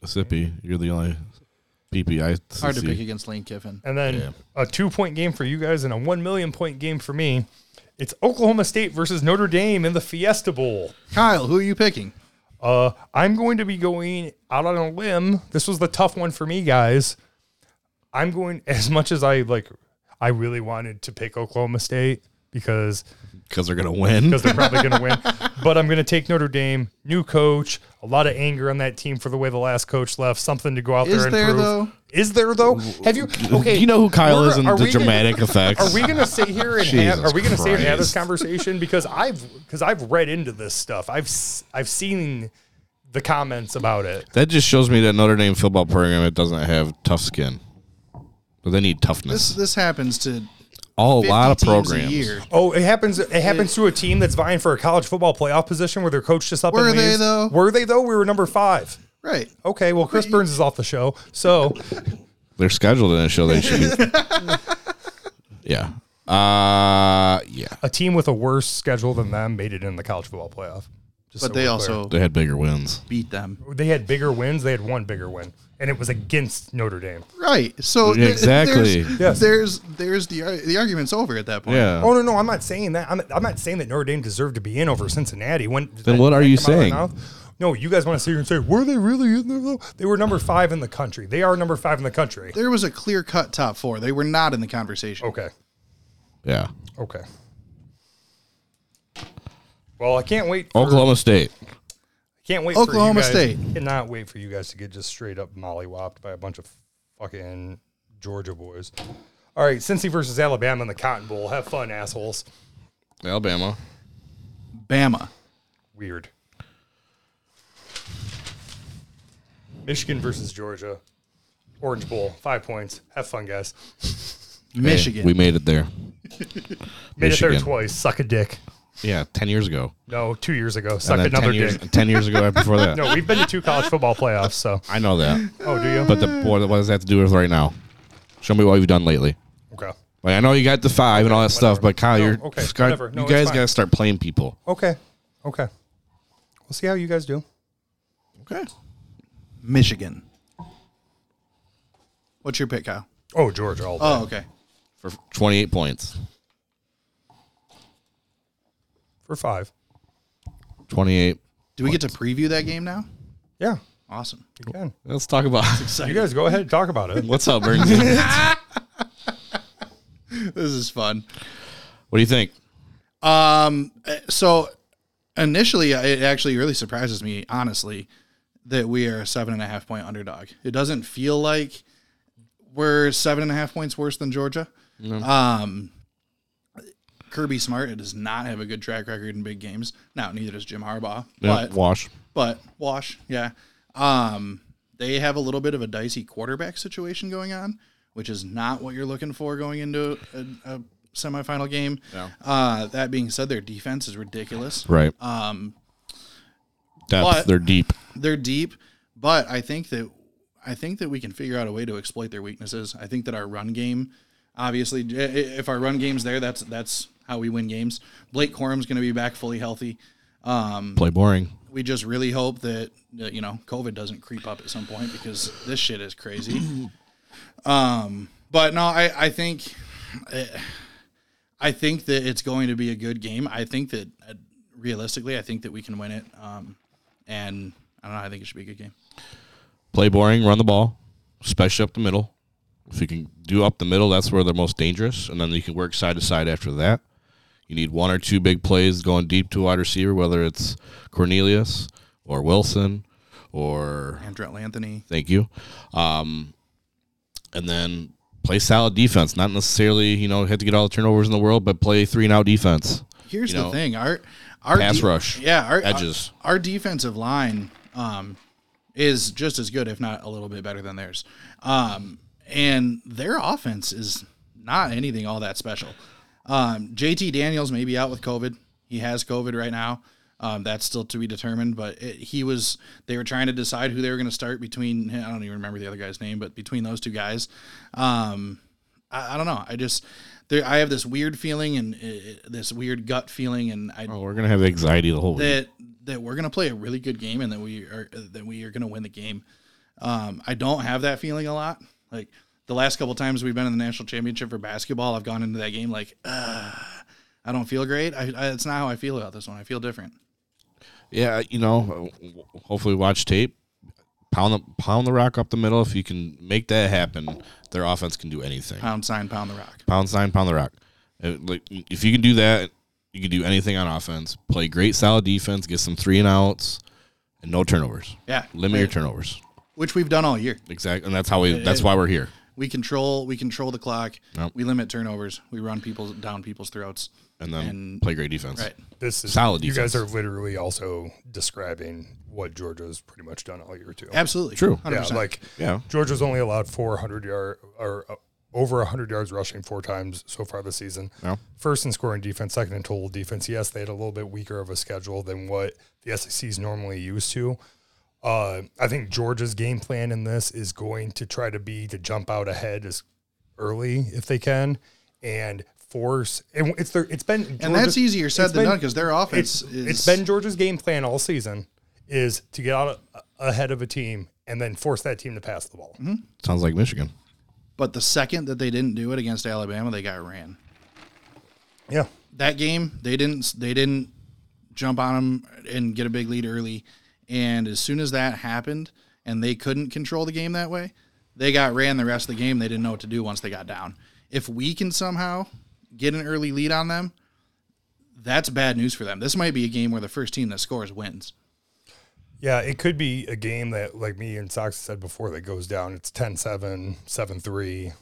[SPEAKER 3] Mississippi. You're the only PPI.
[SPEAKER 4] Hard to pick against Lane Kiffin.
[SPEAKER 2] And then a two point game for you guys and a one million point game for me. It's Oklahoma State versus Notre Dame in the Fiesta Bowl.
[SPEAKER 4] Kyle, who are you picking?
[SPEAKER 2] Uh, I'm going to be going out on a limb. This was the tough one for me, guys. I'm going as much as I like. I really wanted to pick Oklahoma State because
[SPEAKER 3] Because they're going to win.
[SPEAKER 2] because they're probably going to win. But I'm going to take Notre Dame. New coach, a lot of anger on that team for the way the last coach left. Something to go out
[SPEAKER 4] Is
[SPEAKER 2] there and
[SPEAKER 4] there,
[SPEAKER 2] prove.
[SPEAKER 4] though?
[SPEAKER 2] Is there though? Have you? Okay,
[SPEAKER 3] You know who Kyle
[SPEAKER 2] we're-
[SPEAKER 3] is and
[SPEAKER 2] are
[SPEAKER 3] the
[SPEAKER 2] we gonna-
[SPEAKER 3] dramatic effects.
[SPEAKER 2] Are we going to sit here and have?
[SPEAKER 3] Jesus
[SPEAKER 2] Are we going to sit here and have this
[SPEAKER 3] Christ.
[SPEAKER 2] conversation? Because I've because I've read into this stuff. I've s- I've seen the comments about it.
[SPEAKER 3] That just shows me that Notre Dame football program it doesn't have tough skin. But they need
[SPEAKER 4] This
[SPEAKER 3] toughness.
[SPEAKER 4] this happens to
[SPEAKER 3] All a
[SPEAKER 4] 50
[SPEAKER 3] lot of
[SPEAKER 4] teams
[SPEAKER 3] programs.
[SPEAKER 4] a year.
[SPEAKER 2] Oh, it happens. It happens to a team that's vying for a college football playoff position where their coach just up
[SPEAKER 4] Were
[SPEAKER 2] and
[SPEAKER 4] they,
[SPEAKER 2] leaves.
[SPEAKER 4] though?
[SPEAKER 2] Were they though? We were number five.
[SPEAKER 4] Right.
[SPEAKER 2] Okay, well, Chris Burns is off the show, so
[SPEAKER 3] They're scheduled in a show they should be. yeah. Uh yeah.
[SPEAKER 2] a team with a worse schedule than them made it in the college football playoff. Just so
[SPEAKER 4] But they
[SPEAKER 2] we're
[SPEAKER 4] also
[SPEAKER 3] They had bigger wins.
[SPEAKER 4] beat them.
[SPEAKER 2] clear. they had bigger wins. They had one bigger win, and it was against Notre Dame.
[SPEAKER 4] Right. So
[SPEAKER 3] Yeah,
[SPEAKER 4] th-
[SPEAKER 3] exactly.
[SPEAKER 4] There's
[SPEAKER 2] Yes.
[SPEAKER 4] there's, there's the ar- the argument's over at that point.
[SPEAKER 3] Yeah.
[SPEAKER 2] Oh no, no, I'm not saying that. I'm, I'm not saying that Notre Dame deserved to be in over Cincinnati. When did
[SPEAKER 3] Then
[SPEAKER 2] that
[SPEAKER 3] what are
[SPEAKER 2] come
[SPEAKER 3] you
[SPEAKER 2] out of my
[SPEAKER 3] saying?
[SPEAKER 2] mouth? No, you guys want to sit here and say were they really in there though? They were number five in the country. They are number five in the country.
[SPEAKER 4] There was a clear cut top four. They were not in the conversation.
[SPEAKER 2] Okay.
[SPEAKER 3] Yeah.
[SPEAKER 2] Okay. Well, I can't wait. For,
[SPEAKER 3] Oklahoma State.
[SPEAKER 2] Can't wait.
[SPEAKER 4] Oklahoma
[SPEAKER 2] for you guys.
[SPEAKER 4] State.
[SPEAKER 2] Cannot wait for you guys to get just straight up mollywopped by a bunch of fucking Georgia boys. All right, Cincy versus Alabama in the Cotton Bowl. Have fun, assholes.
[SPEAKER 3] Alabama.
[SPEAKER 4] Bama.
[SPEAKER 2] Weird. Michigan versus Georgia. Orange Bowl. Five points. Have fun, guys.
[SPEAKER 3] Hey,
[SPEAKER 4] Michigan.
[SPEAKER 3] we made it there.
[SPEAKER 2] Made it there
[SPEAKER 3] Michigan.
[SPEAKER 2] twice. Suck a dick.
[SPEAKER 3] Yeah, ten years ago.
[SPEAKER 2] No, two years ago. Suck
[SPEAKER 3] And then
[SPEAKER 2] another
[SPEAKER 3] 10 years,
[SPEAKER 2] dick.
[SPEAKER 3] Ten years ago, right before that.
[SPEAKER 2] No, we've been to two college football playoffs. So,
[SPEAKER 3] I know that.
[SPEAKER 2] oh, do you?
[SPEAKER 3] But the what, what does that have to do with right now? Show me what you've done lately.
[SPEAKER 2] okay.
[SPEAKER 3] Like I know you got the five and all that stuff, but Kyle,
[SPEAKER 2] No,
[SPEAKER 3] you're
[SPEAKER 2] okay,
[SPEAKER 3] Scott,
[SPEAKER 2] whatever. No,
[SPEAKER 3] you
[SPEAKER 2] it's
[SPEAKER 3] guys
[SPEAKER 2] fine.
[SPEAKER 3] got to start playing people.
[SPEAKER 2] Okay. Okay. We'll see how you guys do.
[SPEAKER 3] Okay.
[SPEAKER 4] Michigan. What's your pick, Kyle?
[SPEAKER 2] Oh, Georgia. All
[SPEAKER 4] Oh, okay.
[SPEAKER 3] For 28 points.
[SPEAKER 2] For five.
[SPEAKER 3] 28.
[SPEAKER 4] Do we get to preview that game now?
[SPEAKER 2] Yeah.
[SPEAKER 4] Awesome.
[SPEAKER 2] You can.
[SPEAKER 3] Let's talk about
[SPEAKER 2] You guys go ahead and talk about it.
[SPEAKER 3] what's up, Bernie.
[SPEAKER 4] This is fun.
[SPEAKER 3] what do you think?
[SPEAKER 4] Um, eh, so initially, uh, it actually really surprises me, honestly, that we are a seven and a half point underdog. It doesn't feel like we're seven and a half points worse than Georgia. Um, Kirby Smart does not have a good track record in big games. Now, neither does Jim Harbaugh.
[SPEAKER 3] Yeah,
[SPEAKER 4] But
[SPEAKER 3] wash.
[SPEAKER 4] but Wash, yeah. Um, they have a little bit of a dicey quarterback situation going on, which is not what you're looking for going into a, a semifinal game. Uh, that being said, their defense is ridiculous.
[SPEAKER 3] Right. Um depth,
[SPEAKER 4] but-
[SPEAKER 3] they're deep.
[SPEAKER 4] They're deep, but I think that I think that we can figure out a way to exploit their weaknesses. I think that our run game, obviously, i- i- if our run game's there, that's that's how we win games. Blake Corum's going to be back fully healthy. Um,
[SPEAKER 3] Play boring.
[SPEAKER 4] we just really hope that that, you know COVID doesn't creep up at some point because this shit is crazy. Um, but no, I I think, eh, I think that it's going to be a good game. I think that uh, realistically, I think that we can win it. Um, and I don't know. I think it should be a good game.
[SPEAKER 3] Play boring. Run the ball, especially up the middle. If you can do up the middle, that's where they're most dangerous, and then you can work side to side after that. You need one or two big plays going deep to a wide receiver, whether it's Cornelius or Wilson or
[SPEAKER 4] And Trent Anthony,
[SPEAKER 3] Thank you. Um, and then play solid defense. Not necessarily, you know, have to get all the turnovers in the world, but play three and out defense.
[SPEAKER 4] Here's
[SPEAKER 3] You
[SPEAKER 4] the
[SPEAKER 3] know,
[SPEAKER 4] thing: our our
[SPEAKER 3] pass rush,
[SPEAKER 4] yeah, our
[SPEAKER 3] edges.
[SPEAKER 4] Our, our defensive line um, is just as good, if not a little bit better than theirs. Um, and their offense is not anything all that special. Um, JT Daniels may be out with COVID. He has COVID right now. Um, that's still to be determined, but it, he was. They were trying to decide who they were going to start between. I don't even remember the other guy's name, but between those two guys, um, I, I don't know. I just, there, I have this weird feeling and uh, this weird gut feeling, and I
[SPEAKER 3] Oh, we're gonna have anxiety the whole week.
[SPEAKER 4] that that we're gonna play a really good game and that we are that we are gonna win the game. Um, I don't have that feeling a lot. Like the last couple times we've been in the national championship for basketball, I've gone into that game like, uh, I don't feel great. I, I, it's not how I feel about this one. I feel different.
[SPEAKER 3] Yeah, you know, uh, hopefully watch tape. Pound the pound the rock up the middle. If you can make that happen, their offense can do anything.
[SPEAKER 4] Pound sign, pound the rock.
[SPEAKER 3] Pound sign, pound the rock. Uh, Like if you can do that, you can do anything on offense. Play great solid defense, get some three and outs, and no turnovers.
[SPEAKER 4] Yeah,
[SPEAKER 3] Limit your turnovers.
[SPEAKER 4] which we've done all year.
[SPEAKER 3] Exactly, and that's how we. That's why we're here.
[SPEAKER 4] We control we control the clock.
[SPEAKER 3] Yep.
[SPEAKER 4] We limit turnovers. We run people down people's throats.
[SPEAKER 3] and then
[SPEAKER 4] And-
[SPEAKER 3] play great defense.
[SPEAKER 4] Right.
[SPEAKER 2] This is
[SPEAKER 3] Solid
[SPEAKER 2] You guys are
[SPEAKER 3] defense.
[SPEAKER 2] literally also describing what Georgia's pretty much done all year too.
[SPEAKER 4] Absolutely.
[SPEAKER 3] True.
[SPEAKER 4] 100%.
[SPEAKER 2] Yeah, like
[SPEAKER 3] Yeah.
[SPEAKER 2] Georgia's only allowed 400 yard or uh, over 100 yards rushing four times so far this season.
[SPEAKER 3] Yeah.
[SPEAKER 2] First in scoring defense, second in total defense. Yes, they had a little bit weaker of a schedule than what the SEC is normally used to. Uh, I think Georgia's game plan in this is going to try to be to jump out ahead as early if they can and force. And it's their, it's been
[SPEAKER 4] And that's
[SPEAKER 2] Georgia's-
[SPEAKER 4] easier said
[SPEAKER 2] it's
[SPEAKER 4] than
[SPEAKER 2] been-
[SPEAKER 4] done because their offense is
[SPEAKER 2] it's been Georgia's game plan all season is to get out a- ahead of a team and then force that team to pass the ball.
[SPEAKER 3] Sounds like Michigan.
[SPEAKER 4] But the second that they didn't do it against Alabama, they got ran.
[SPEAKER 2] Yeah.
[SPEAKER 4] That game, they didn't they didn't jump on them and get a big lead early. And as soon as that happened, and they couldn't control the game that way, they got ran the rest of the game. They didn't know what to do once they got down. If we can somehow get an early lead on them, that's bad news for them. This might be a game where the first team that scores wins.
[SPEAKER 2] Yeah, it could be a game that, like me and Sox said before, that goes down. It's 10 7, 7 3,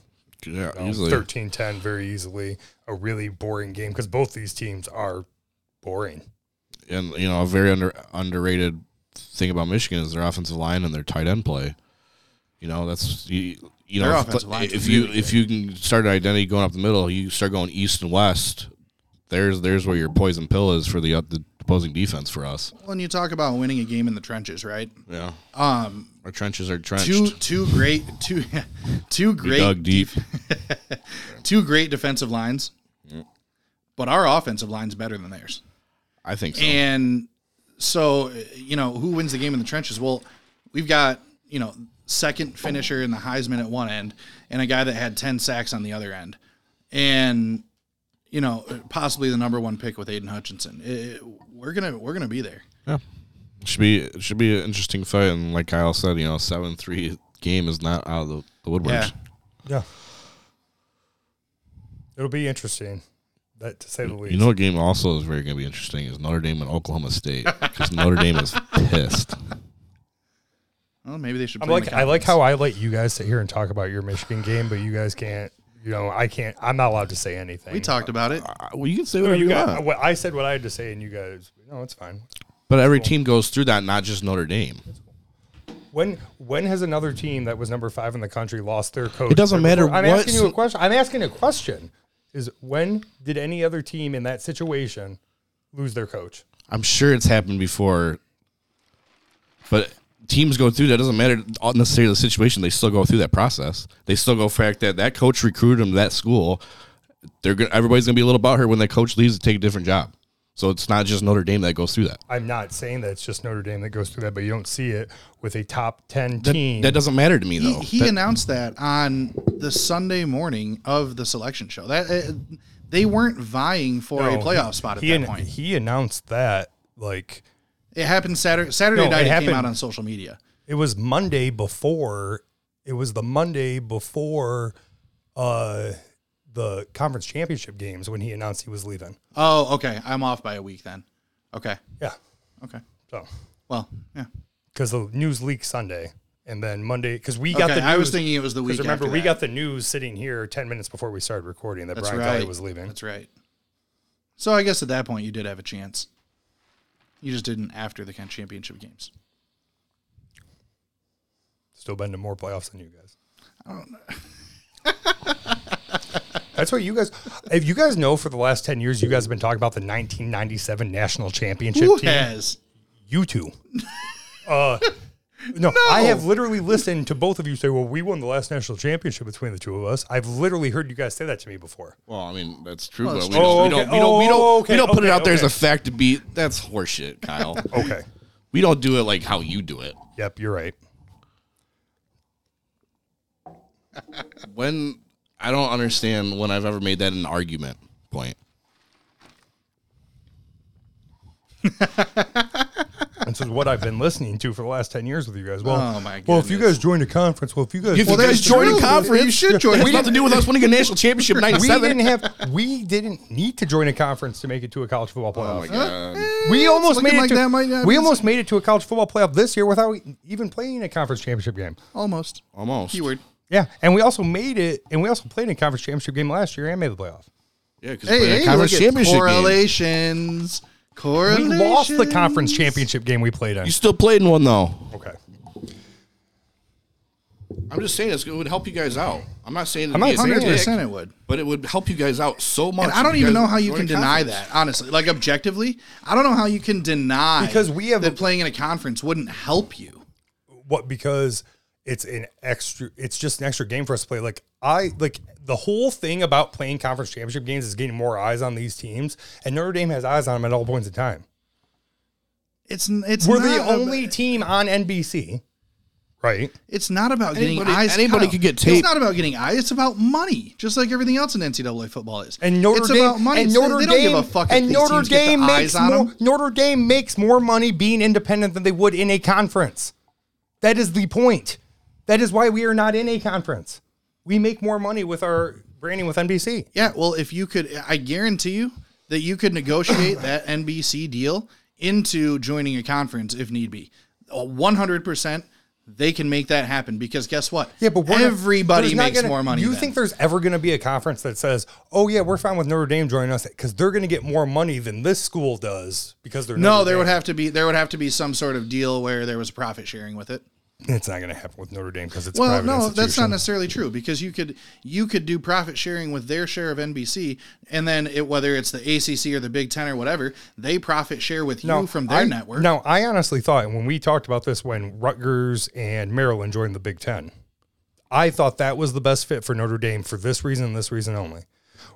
[SPEAKER 3] Yeah,
[SPEAKER 2] 13 10 very easily. A really boring game because both these teams are boring.
[SPEAKER 3] And you know, a very under underrated thing about Michigan is their offensive line and their tight end play. You know, that's you, you
[SPEAKER 4] Their
[SPEAKER 3] know
[SPEAKER 4] offensive line's
[SPEAKER 3] if, if you
[SPEAKER 4] really
[SPEAKER 3] if you can start an identity going up the middle, you start going east and west. There's there's where your poison pill is for the uh, the opposing defense for us.
[SPEAKER 4] Well, and you talk about winning a game in the trenches, right?
[SPEAKER 3] Yeah,
[SPEAKER 4] Um,
[SPEAKER 3] our trenches are trenched.
[SPEAKER 4] two two great two two
[SPEAKER 3] we dug
[SPEAKER 4] great
[SPEAKER 3] deep.
[SPEAKER 4] two great defensive lines, but our offensive line's better than theirs.
[SPEAKER 3] I think so.
[SPEAKER 4] And so, you know, who wins the game in the trenches? Well, we've got, you know, second finisher in the Heisman at one end and a guy that had 10 sacks on the other end. And you know, possibly the number 1 pick with Aiden Hutchinson. It- it- we're going to we're going to be there.
[SPEAKER 3] should be it should be an interesting fight. And like Kyle said, you know, seven three game is not out of the, the woodworks.
[SPEAKER 4] Yeah.
[SPEAKER 2] Yeah. It'll be interesting, that to say the least.
[SPEAKER 3] You know, a game also is very going to be interesting is Notre Dame and Oklahoma State because Notre Dame is pissed.
[SPEAKER 4] Well, maybe they should
[SPEAKER 2] I'm
[SPEAKER 4] play in
[SPEAKER 2] like
[SPEAKER 4] the
[SPEAKER 2] I like
[SPEAKER 4] conference.
[SPEAKER 2] how I let you guys sit here and talk about your Michigan game, but you guys can't. You know, I can't. I'm not allowed to say anything.
[SPEAKER 4] we talked about it.
[SPEAKER 3] Uh, Well, you can say
[SPEAKER 2] No,
[SPEAKER 3] whatever
[SPEAKER 2] you
[SPEAKER 3] you
[SPEAKER 2] got-
[SPEAKER 3] want,
[SPEAKER 2] what I said what I had to say, and you guys. No, it's fine.
[SPEAKER 3] but every team goes through that, not just Notre Dame.
[SPEAKER 2] When when has another team that was number five in the country lost their coach?
[SPEAKER 3] It doesn't
[SPEAKER 2] right before-
[SPEAKER 3] matter
[SPEAKER 2] I'm
[SPEAKER 3] what
[SPEAKER 2] asking you a
[SPEAKER 3] s-
[SPEAKER 2] question. I'm asking a question. Is when did any other team in that situation lose their coach?
[SPEAKER 3] I'm sure it's happened before, but teams go through that. Doesn't matter necessarily the situation; they still go through that process. They still go fact that that coach recruited them to that school, they're gonna, everybody's gonna be a little about her when that coach leaves to take a different job. So it's not just Notre Dame that goes through that.
[SPEAKER 2] I'm not saying that it's just Notre Dame that goes through that, but you don't see it with a top ten
[SPEAKER 3] That,
[SPEAKER 2] team.
[SPEAKER 3] that doesn't matter to me
[SPEAKER 4] He,
[SPEAKER 3] though.
[SPEAKER 4] he
[SPEAKER 3] That-
[SPEAKER 4] announced that on the Sunday morning of the selection show. That uh, they weren't vying for a
[SPEAKER 2] No,
[SPEAKER 4] playoff spot at
[SPEAKER 2] he
[SPEAKER 4] that
[SPEAKER 2] an-
[SPEAKER 4] point.
[SPEAKER 2] He announced that like
[SPEAKER 4] It happened Saturday. Saturday
[SPEAKER 2] No,
[SPEAKER 4] night.
[SPEAKER 2] it
[SPEAKER 4] It,
[SPEAKER 2] happened-
[SPEAKER 4] came out on social media.
[SPEAKER 2] it was Monday before. It was the Monday before uh, the conference championship games when he announced he was leaving.
[SPEAKER 4] Oh, okay. I'm off by a week then. Okay.
[SPEAKER 2] Yeah,
[SPEAKER 4] Okay.
[SPEAKER 2] so
[SPEAKER 4] Well, yeah.
[SPEAKER 2] because the news leaked Sunday, and then Monday because we got
[SPEAKER 4] Okay.
[SPEAKER 2] the. News,
[SPEAKER 4] I was thinking it was the week.
[SPEAKER 2] Because remember,
[SPEAKER 4] after
[SPEAKER 2] we
[SPEAKER 4] that.
[SPEAKER 2] got the news sitting here ten minutes before we started recording that
[SPEAKER 4] That's
[SPEAKER 2] Brian
[SPEAKER 4] right.
[SPEAKER 2] Kelly was leaving.
[SPEAKER 4] That's right. So I guess at that point you did have a chance. You just didn't after the kind of championship games.
[SPEAKER 2] Still been to more playoffs than you guys. I don't know. That's what you guys. If you guys know, for the last ten years, you guys have been talking about the 1997 national championship
[SPEAKER 4] Who
[SPEAKER 2] team.
[SPEAKER 4] has?
[SPEAKER 2] You two. Uh, no, I have literally listened to both of you say, "Well, we won the last national championship between the two of us." I've literally heard you guys say that to me before.
[SPEAKER 3] well, I mean that's true,
[SPEAKER 4] Well,
[SPEAKER 3] but
[SPEAKER 4] it's
[SPEAKER 3] we don't, we
[SPEAKER 2] true.
[SPEAKER 3] don't we don't we
[SPEAKER 2] Oh,
[SPEAKER 3] don't,
[SPEAKER 2] okay.
[SPEAKER 3] we don't put it
[SPEAKER 2] Okay,
[SPEAKER 3] out there as
[SPEAKER 2] okay.
[SPEAKER 3] a fact to be that's horseshit, Kyle.
[SPEAKER 2] Okay.
[SPEAKER 3] we don't do it like how you do it.
[SPEAKER 2] Yep, you're right.
[SPEAKER 3] When I don't understand when I've ever made that an argument point.
[SPEAKER 2] This is what I've been listening to for the last ten years with you guys. Well,
[SPEAKER 4] Oh, my
[SPEAKER 2] well, if you
[SPEAKER 4] goodness.
[SPEAKER 2] guys joined a conference, well, if you guys,
[SPEAKER 3] If
[SPEAKER 4] Well,
[SPEAKER 3] you guys
[SPEAKER 4] that's
[SPEAKER 3] join
[SPEAKER 4] true.
[SPEAKER 3] a conference,
[SPEAKER 4] You should join.
[SPEAKER 3] It has
[SPEAKER 4] We
[SPEAKER 3] nothing to do with us winning a national championship
[SPEAKER 2] we
[SPEAKER 3] '97.
[SPEAKER 2] didn't have, we didn't need to join a conference to make it to a college football playoff.
[SPEAKER 3] Oh my god!
[SPEAKER 4] Eh.
[SPEAKER 2] We almost made
[SPEAKER 4] looking
[SPEAKER 2] it
[SPEAKER 4] like
[SPEAKER 2] to,
[SPEAKER 4] that might not
[SPEAKER 2] we
[SPEAKER 4] be
[SPEAKER 2] almost made it to a college football playoff this year without even playing a conference championship game.
[SPEAKER 4] Almost.
[SPEAKER 3] Almost.
[SPEAKER 4] Keyword.
[SPEAKER 2] Yeah, and we also made it, and we also played in a conference championship game last year and made the playoff.
[SPEAKER 3] Yeah, because
[SPEAKER 4] Hey, hey,
[SPEAKER 3] conference
[SPEAKER 4] look at
[SPEAKER 3] championship game.
[SPEAKER 4] correlations.
[SPEAKER 2] We
[SPEAKER 4] Correlations.
[SPEAKER 2] lost the conference championship game we played in.
[SPEAKER 3] You still played in one though.
[SPEAKER 2] Okay,
[SPEAKER 3] I'm just saying it's, it would help you guys out. I'm not saying
[SPEAKER 2] I'm not
[SPEAKER 3] it'd be a
[SPEAKER 2] saying
[SPEAKER 3] dick,
[SPEAKER 4] 100% it would.
[SPEAKER 3] but it would help you guys out so much.
[SPEAKER 4] And I don't
[SPEAKER 3] if you
[SPEAKER 4] even
[SPEAKER 3] guys
[SPEAKER 4] know how you
[SPEAKER 3] join
[SPEAKER 4] can
[SPEAKER 3] a
[SPEAKER 4] deny
[SPEAKER 3] conference.
[SPEAKER 4] that, honestly. Like, objectively, I don't know how you can deny
[SPEAKER 2] Because we have
[SPEAKER 4] that
[SPEAKER 2] a-
[SPEAKER 4] playing in a conference wouldn't help you.
[SPEAKER 2] what? Because it's an extra. It's just an extra game for us to play. Like I like the whole thing about playing conference championship games is getting more eyes on these teams, and Notre Dame has eyes on them at all points in time.
[SPEAKER 4] It's n- it's
[SPEAKER 2] We're
[SPEAKER 4] not
[SPEAKER 2] the
[SPEAKER 4] ab-
[SPEAKER 2] only team on NBC, right?
[SPEAKER 4] It's not about getting
[SPEAKER 3] Anybody-
[SPEAKER 4] eyes.
[SPEAKER 3] anybody
[SPEAKER 4] Kyle,
[SPEAKER 3] could get taped.
[SPEAKER 4] It's not about getting eyes. It's about money, just like everything else in NCAA football is.
[SPEAKER 2] And Notre
[SPEAKER 4] it's
[SPEAKER 2] Dame
[SPEAKER 4] about money.
[SPEAKER 2] and
[SPEAKER 4] It's-
[SPEAKER 2] Notre
[SPEAKER 4] they don't
[SPEAKER 2] Dame
[SPEAKER 4] give a fuck. if
[SPEAKER 2] and
[SPEAKER 4] these
[SPEAKER 2] Notre
[SPEAKER 4] teams get the
[SPEAKER 2] Dame
[SPEAKER 4] eyes
[SPEAKER 2] makes
[SPEAKER 4] on
[SPEAKER 2] more,
[SPEAKER 4] them.
[SPEAKER 2] Notre Dame makes more money being independent than they would in a conference. That is the point. That is why we are not in a conference. We make more money with our branding with NBC.
[SPEAKER 4] Yeah, well, if you could, I guarantee you that you could negotiate that NBC deal into joining a conference if need be. One hundred percent, they can make that happen because guess what?
[SPEAKER 2] Yeah, but we're not-
[SPEAKER 4] everybody
[SPEAKER 2] there's not
[SPEAKER 4] makes
[SPEAKER 2] gonna-
[SPEAKER 4] more money.
[SPEAKER 2] You
[SPEAKER 4] then.
[SPEAKER 2] think there's ever going to be a conference that says, "Oh yeah, we're fine with Notre Dame joining us because they're going to get more money than this school does because they're
[SPEAKER 4] no?
[SPEAKER 2] Notre
[SPEAKER 4] There
[SPEAKER 2] Dame.
[SPEAKER 4] would have to be there would have to be some sort of deal where there was profit sharing with it.
[SPEAKER 2] It's not going to happen with Notre Dame because it's a
[SPEAKER 4] Well,
[SPEAKER 2] private
[SPEAKER 4] no, that's not
[SPEAKER 2] institution.
[SPEAKER 4] necessarily true because you could you could do profit sharing with their share of NBC, and then it, whether it's the ACC or the Big Ten or whatever, they profit share with you from their
[SPEAKER 2] I,
[SPEAKER 4] network.
[SPEAKER 2] No, I honestly thought when we talked about this when Rutgers and Maryland joined the Big Ten, I thought that was the best fit for Notre Dame for this reason and this reason only.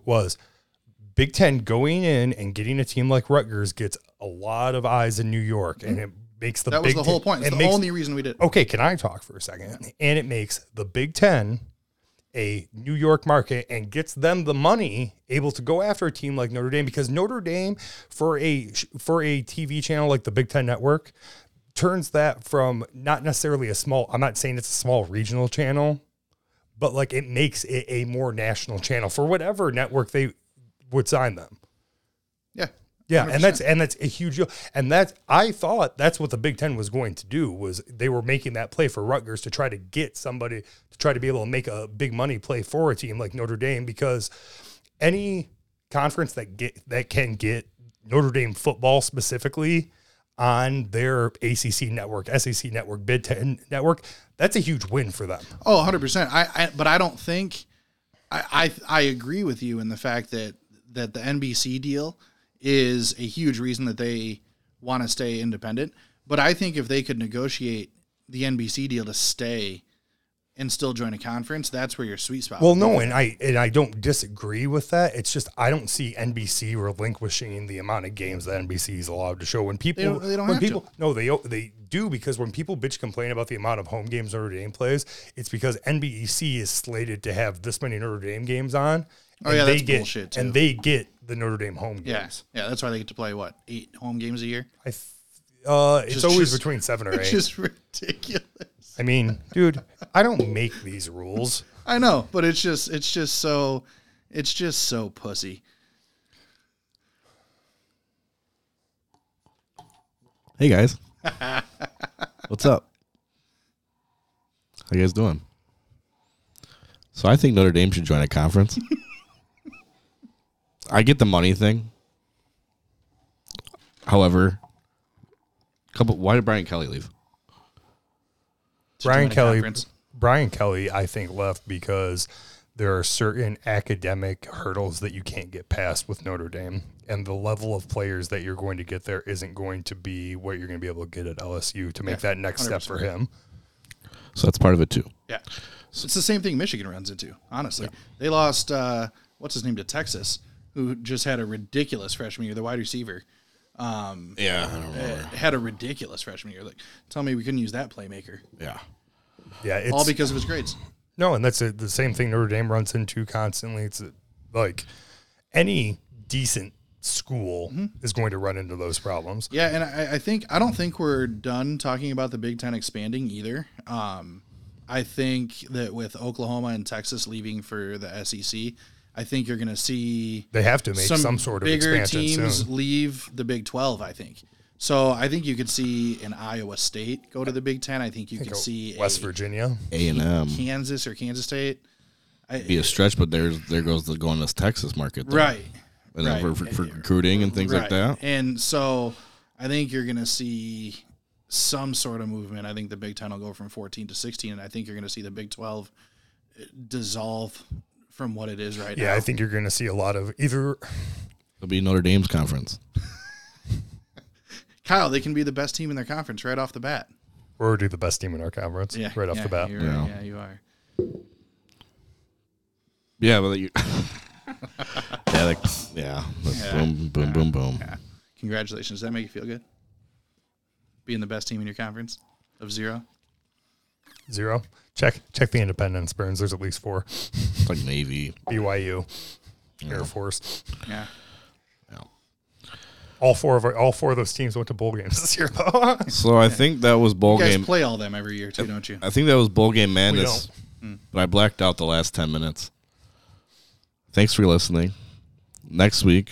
[SPEAKER 2] Was Big Ten going in and getting a team like Rutgers gets a lot of eyes in New York and it makes the
[SPEAKER 4] Mm-hmm. that was
[SPEAKER 2] Big
[SPEAKER 4] the whole
[SPEAKER 2] Ten-
[SPEAKER 4] point. It's
[SPEAKER 2] it
[SPEAKER 4] the
[SPEAKER 2] makes-
[SPEAKER 4] only reason we did. it.
[SPEAKER 2] okay, can I talk for a second? And it makes the Big Ten a New York market and gets them the money able to go after a team like Notre Dame because Notre Dame for a for a TV channel like the Big Ten Network turns that from not necessarily a small. I'm not saying it's a small regional channel, but like it makes it a more national channel for whatever network they would sign them.
[SPEAKER 4] Yeah,
[SPEAKER 2] Yeah, and that's and that's a huge deal. And that's I thought that's what the Big Ten was going to do was they were making that play for Rutgers to try to get somebody to try to be able to make a big money play for a team like Notre Dame because any conference that get that can get Notre Dame football specifically on their ACC network, SEC network, Big Ten network, that's a huge win for them.
[SPEAKER 4] Oh, 100 percent. I, I, but I don't think, I, I, I agree with you in the fact that that the NBC deal is a huge reason that they want to stay independent. But I think if they could negotiate the NBC deal to stay and still join a conference, that's where your sweet spot.
[SPEAKER 2] Well, no, and I and I don't disagree with that. It's just I don't see NBC relinquishing the amount of games that NBC is allowed to show. When people,
[SPEAKER 4] don't- they don't
[SPEAKER 2] when
[SPEAKER 4] have to.
[SPEAKER 2] people, no, they they do because when people bitch complain about the amount of home games Notre Dame plays, it's because NBC is slated to have this many Notre Dame games on.
[SPEAKER 4] Oh,
[SPEAKER 2] and
[SPEAKER 4] yeah,
[SPEAKER 2] they
[SPEAKER 4] that's
[SPEAKER 2] get,
[SPEAKER 4] bullshit, too.
[SPEAKER 2] And they get the Notre Dame home games.
[SPEAKER 4] yeah, yeah, that's why they get to play what eight home games a year.
[SPEAKER 2] I th- uh, it's
[SPEAKER 4] Just-
[SPEAKER 2] always
[SPEAKER 4] just-
[SPEAKER 2] between seven or
[SPEAKER 4] Which
[SPEAKER 2] eight.
[SPEAKER 4] is ridiculous.
[SPEAKER 2] I mean, dude, I don't make these rules.
[SPEAKER 4] I know, but it's just it's just so it's just so pussy.
[SPEAKER 3] Hey guys, what's up? How you guys doing? So I think Notre Dame should join a conference. I get the money thing. However, couple. Why did Brian Kelly leave?
[SPEAKER 4] to
[SPEAKER 2] Brian
[SPEAKER 4] join a
[SPEAKER 2] Kelly.
[SPEAKER 4] conference.
[SPEAKER 2] Brian Kelly, I think, left because there are certain academic hurdles that you can't get past with Notre Dame, and the level of players that you're going to get there isn't going to be what you're going to be able to get at LSU to make that next step for him.
[SPEAKER 3] So that's part of it too.
[SPEAKER 4] Yeah, it's the same thing Michigan runs into. Honestly, they lost uh, what's his name to Texas, who just had a ridiculous freshman year. The wide receiver um,
[SPEAKER 3] Yeah, I don't remember.
[SPEAKER 4] had a ridiculous freshman year. Like, tell me we couldn't use that playmaker
[SPEAKER 3] Yeah,
[SPEAKER 2] Yeah, it's
[SPEAKER 4] all because of his grades.
[SPEAKER 2] No, and that's it the same thing Notre Dame runs into constantly. It's uh, like any decent school
[SPEAKER 4] Mm-hmm.
[SPEAKER 2] is going to run into those problems.
[SPEAKER 4] Yeah, and I, I think I don't think we're done talking about the Big Ten expanding either. Um, I think that with Oklahoma and Texas leaving for the SEC, I think you're going to see
[SPEAKER 2] They have to make some, sort of
[SPEAKER 4] bigger
[SPEAKER 2] expansion
[SPEAKER 4] teams
[SPEAKER 2] soon.
[SPEAKER 4] leave the Big Twelve. I think so. I think you could see an Iowa State go to the Big Ten. I think you could see
[SPEAKER 2] West
[SPEAKER 4] a
[SPEAKER 2] Virginia. um,
[SPEAKER 3] A and M
[SPEAKER 4] Kansas or Kansas State.
[SPEAKER 3] be a stretch, but there's there goes the going to this Texas market, though.
[SPEAKER 4] Right,
[SPEAKER 3] And then
[SPEAKER 4] right.
[SPEAKER 3] for, for, for recruiting and things like that.
[SPEAKER 4] And so I think you're going to see some sort of movement. I think the Big Ten will go from 14 to 16, and I think you're going to see the Big 12 dissolve from what it is right now.
[SPEAKER 2] Yeah, I think you're going to see a lot of either
[SPEAKER 3] It'll be Notre Dame's conference.
[SPEAKER 4] Kyle, they can be the best team in their conference right off the bat.
[SPEAKER 2] We're already the best team in our conference
[SPEAKER 4] Yeah,
[SPEAKER 2] right off
[SPEAKER 4] yeah,
[SPEAKER 2] the bat.
[SPEAKER 4] you're right. yeah, you are.
[SPEAKER 3] Yeah, but you. yeah, like, yeah, Like, Boom, boom, boom, boom.
[SPEAKER 4] Congratulations. Does that make you feel good? Being the best team in your conference of zero.
[SPEAKER 2] Zero. Check check the independence burns. There's at least four.
[SPEAKER 3] It's like Navy.
[SPEAKER 2] BYU, Air Force.
[SPEAKER 4] Yeah.
[SPEAKER 2] All four of our, all four of those teams went to bowl games this year though.
[SPEAKER 3] So I think that was bowl
[SPEAKER 4] You guys
[SPEAKER 3] game.
[SPEAKER 4] play all them every year too, don't you?
[SPEAKER 2] Uh,
[SPEAKER 3] I think that was bowl game madness. Hmm. But I blacked out the last ten minutes. Thanks for listening. Next week,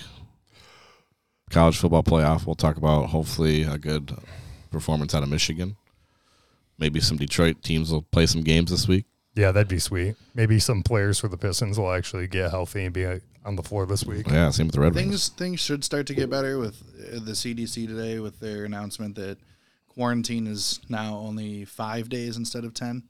[SPEAKER 3] college football playoff. We'll talk about hopefully a good performance out of Michigan. Maybe some Detroit teams will play some games this week.
[SPEAKER 2] yeah, that'd be sweet. Maybe some players for the Pistons will actually get healthy and be uh, on the floor this week.
[SPEAKER 3] Yeah, same with the Red Wings.
[SPEAKER 4] things things should start to get better with uh, the CDC today with their announcement that quarantine is now only five days instead of ten,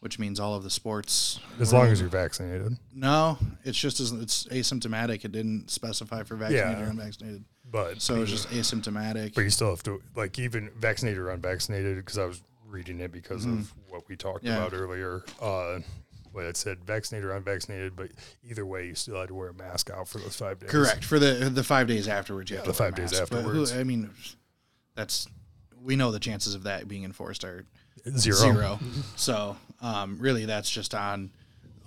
[SPEAKER 4] which means all of the sports.
[SPEAKER 2] As long as you're vaccinated.
[SPEAKER 4] No, it's just as it's asymptomatic. It didn't specify for vaccinated or
[SPEAKER 2] Yeah.
[SPEAKER 4] unvaccinated,
[SPEAKER 2] But
[SPEAKER 4] so it's just asymptomatic.
[SPEAKER 2] but you still have to like even vaccinated or unvaccinated because I was reading it because of what we talked
[SPEAKER 4] Mm-hmm. Yeah.
[SPEAKER 2] about earlier. Uh, well, it said vaccinated or unvaccinated, but either way, you still had to wear a mask out for those five days.
[SPEAKER 4] Correct for the the five days afterwards. You have
[SPEAKER 2] The
[SPEAKER 4] to wear a
[SPEAKER 2] five days
[SPEAKER 4] mask. But who-
[SPEAKER 2] afterwards.
[SPEAKER 4] I mean, that's we know the chances of that being enforced are
[SPEAKER 2] Zero.
[SPEAKER 4] zero. So um, really, that's just on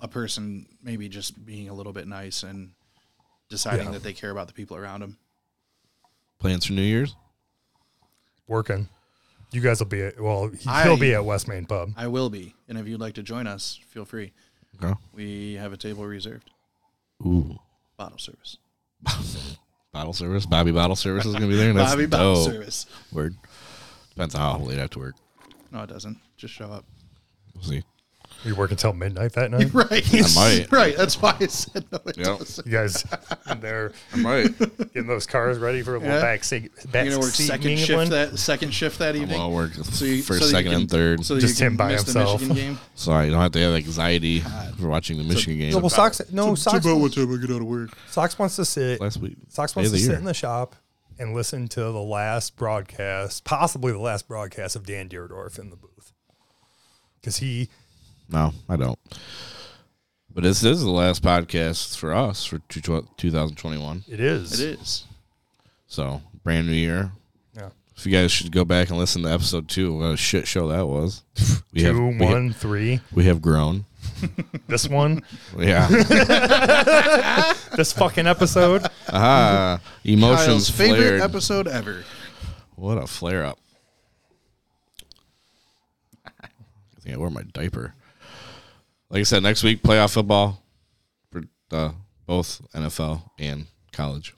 [SPEAKER 4] a person maybe just being a little bit nice and deciding that they care about the people around them.
[SPEAKER 3] Plans for New Year's.
[SPEAKER 2] Working. You guys will be at, well, he,
[SPEAKER 4] I-
[SPEAKER 2] will be at West Main Pub.
[SPEAKER 4] I will be, and if you'd like to join us, feel free.
[SPEAKER 3] Okay.
[SPEAKER 4] We have a table reserved.
[SPEAKER 3] Ooh.
[SPEAKER 4] Bottle service.
[SPEAKER 3] Bottle service. Bobby Bottle Service is gonna be there. And that's
[SPEAKER 4] Bobby Bottle
[SPEAKER 3] dope.
[SPEAKER 4] service.
[SPEAKER 3] Word. Depends on how late I have to work.
[SPEAKER 4] No, it doesn't. Just show up.
[SPEAKER 3] We'll see.
[SPEAKER 2] You work until midnight that night?
[SPEAKER 4] Right.
[SPEAKER 3] I might.
[SPEAKER 4] Right. That's why I said no. It
[SPEAKER 3] Yep.
[SPEAKER 4] doesn't.
[SPEAKER 2] You guys in there
[SPEAKER 3] I might.
[SPEAKER 2] getting those cars ready for a little
[SPEAKER 4] Yeah.
[SPEAKER 2] back seat. Back
[SPEAKER 4] You're gonna work
[SPEAKER 2] seat
[SPEAKER 4] second shift
[SPEAKER 2] mingling?
[SPEAKER 4] that second shift that
[SPEAKER 3] I'm
[SPEAKER 4] evening.
[SPEAKER 3] gonna work first,
[SPEAKER 4] that
[SPEAKER 3] second,
[SPEAKER 4] can-
[SPEAKER 3] and third.
[SPEAKER 4] So
[SPEAKER 3] So,
[SPEAKER 4] that
[SPEAKER 2] Just
[SPEAKER 4] you
[SPEAKER 2] him
[SPEAKER 4] can
[SPEAKER 2] by
[SPEAKER 4] miss
[SPEAKER 2] himself.
[SPEAKER 4] The Michigan game.
[SPEAKER 3] I don't have to have anxiety for watching the Michigan
[SPEAKER 2] No,
[SPEAKER 3] game
[SPEAKER 2] well, Sox, no, Sox,
[SPEAKER 4] time I get out of work.
[SPEAKER 2] Sox wants to sit.
[SPEAKER 3] last week.
[SPEAKER 2] Sox
[SPEAKER 3] Day of
[SPEAKER 2] wants to
[SPEAKER 3] the
[SPEAKER 2] sit
[SPEAKER 3] year.
[SPEAKER 2] in the shop and listen to the last broadcast, possibly the last broadcast of Dan Dierdorf in the booth. Because he
[SPEAKER 3] No, I don't. But this is the last podcast for us for two- 2021.
[SPEAKER 2] It is.
[SPEAKER 4] It is.
[SPEAKER 3] So brand new year.
[SPEAKER 2] Yeah.
[SPEAKER 3] If you guys should go back and listen to episode two, what a shit show that was.
[SPEAKER 2] Two,
[SPEAKER 3] We we have,
[SPEAKER 2] one, three.
[SPEAKER 3] we have grown.
[SPEAKER 2] This one,
[SPEAKER 3] Yeah.
[SPEAKER 2] this fucking episode.
[SPEAKER 3] ah,
[SPEAKER 4] Kyle's
[SPEAKER 3] emotions
[SPEAKER 4] favorite
[SPEAKER 3] flared.
[SPEAKER 4] episode ever.
[SPEAKER 3] what a flare up. I think I wore my diaper. Like I said, next week playoff football for uh, both NFL and college.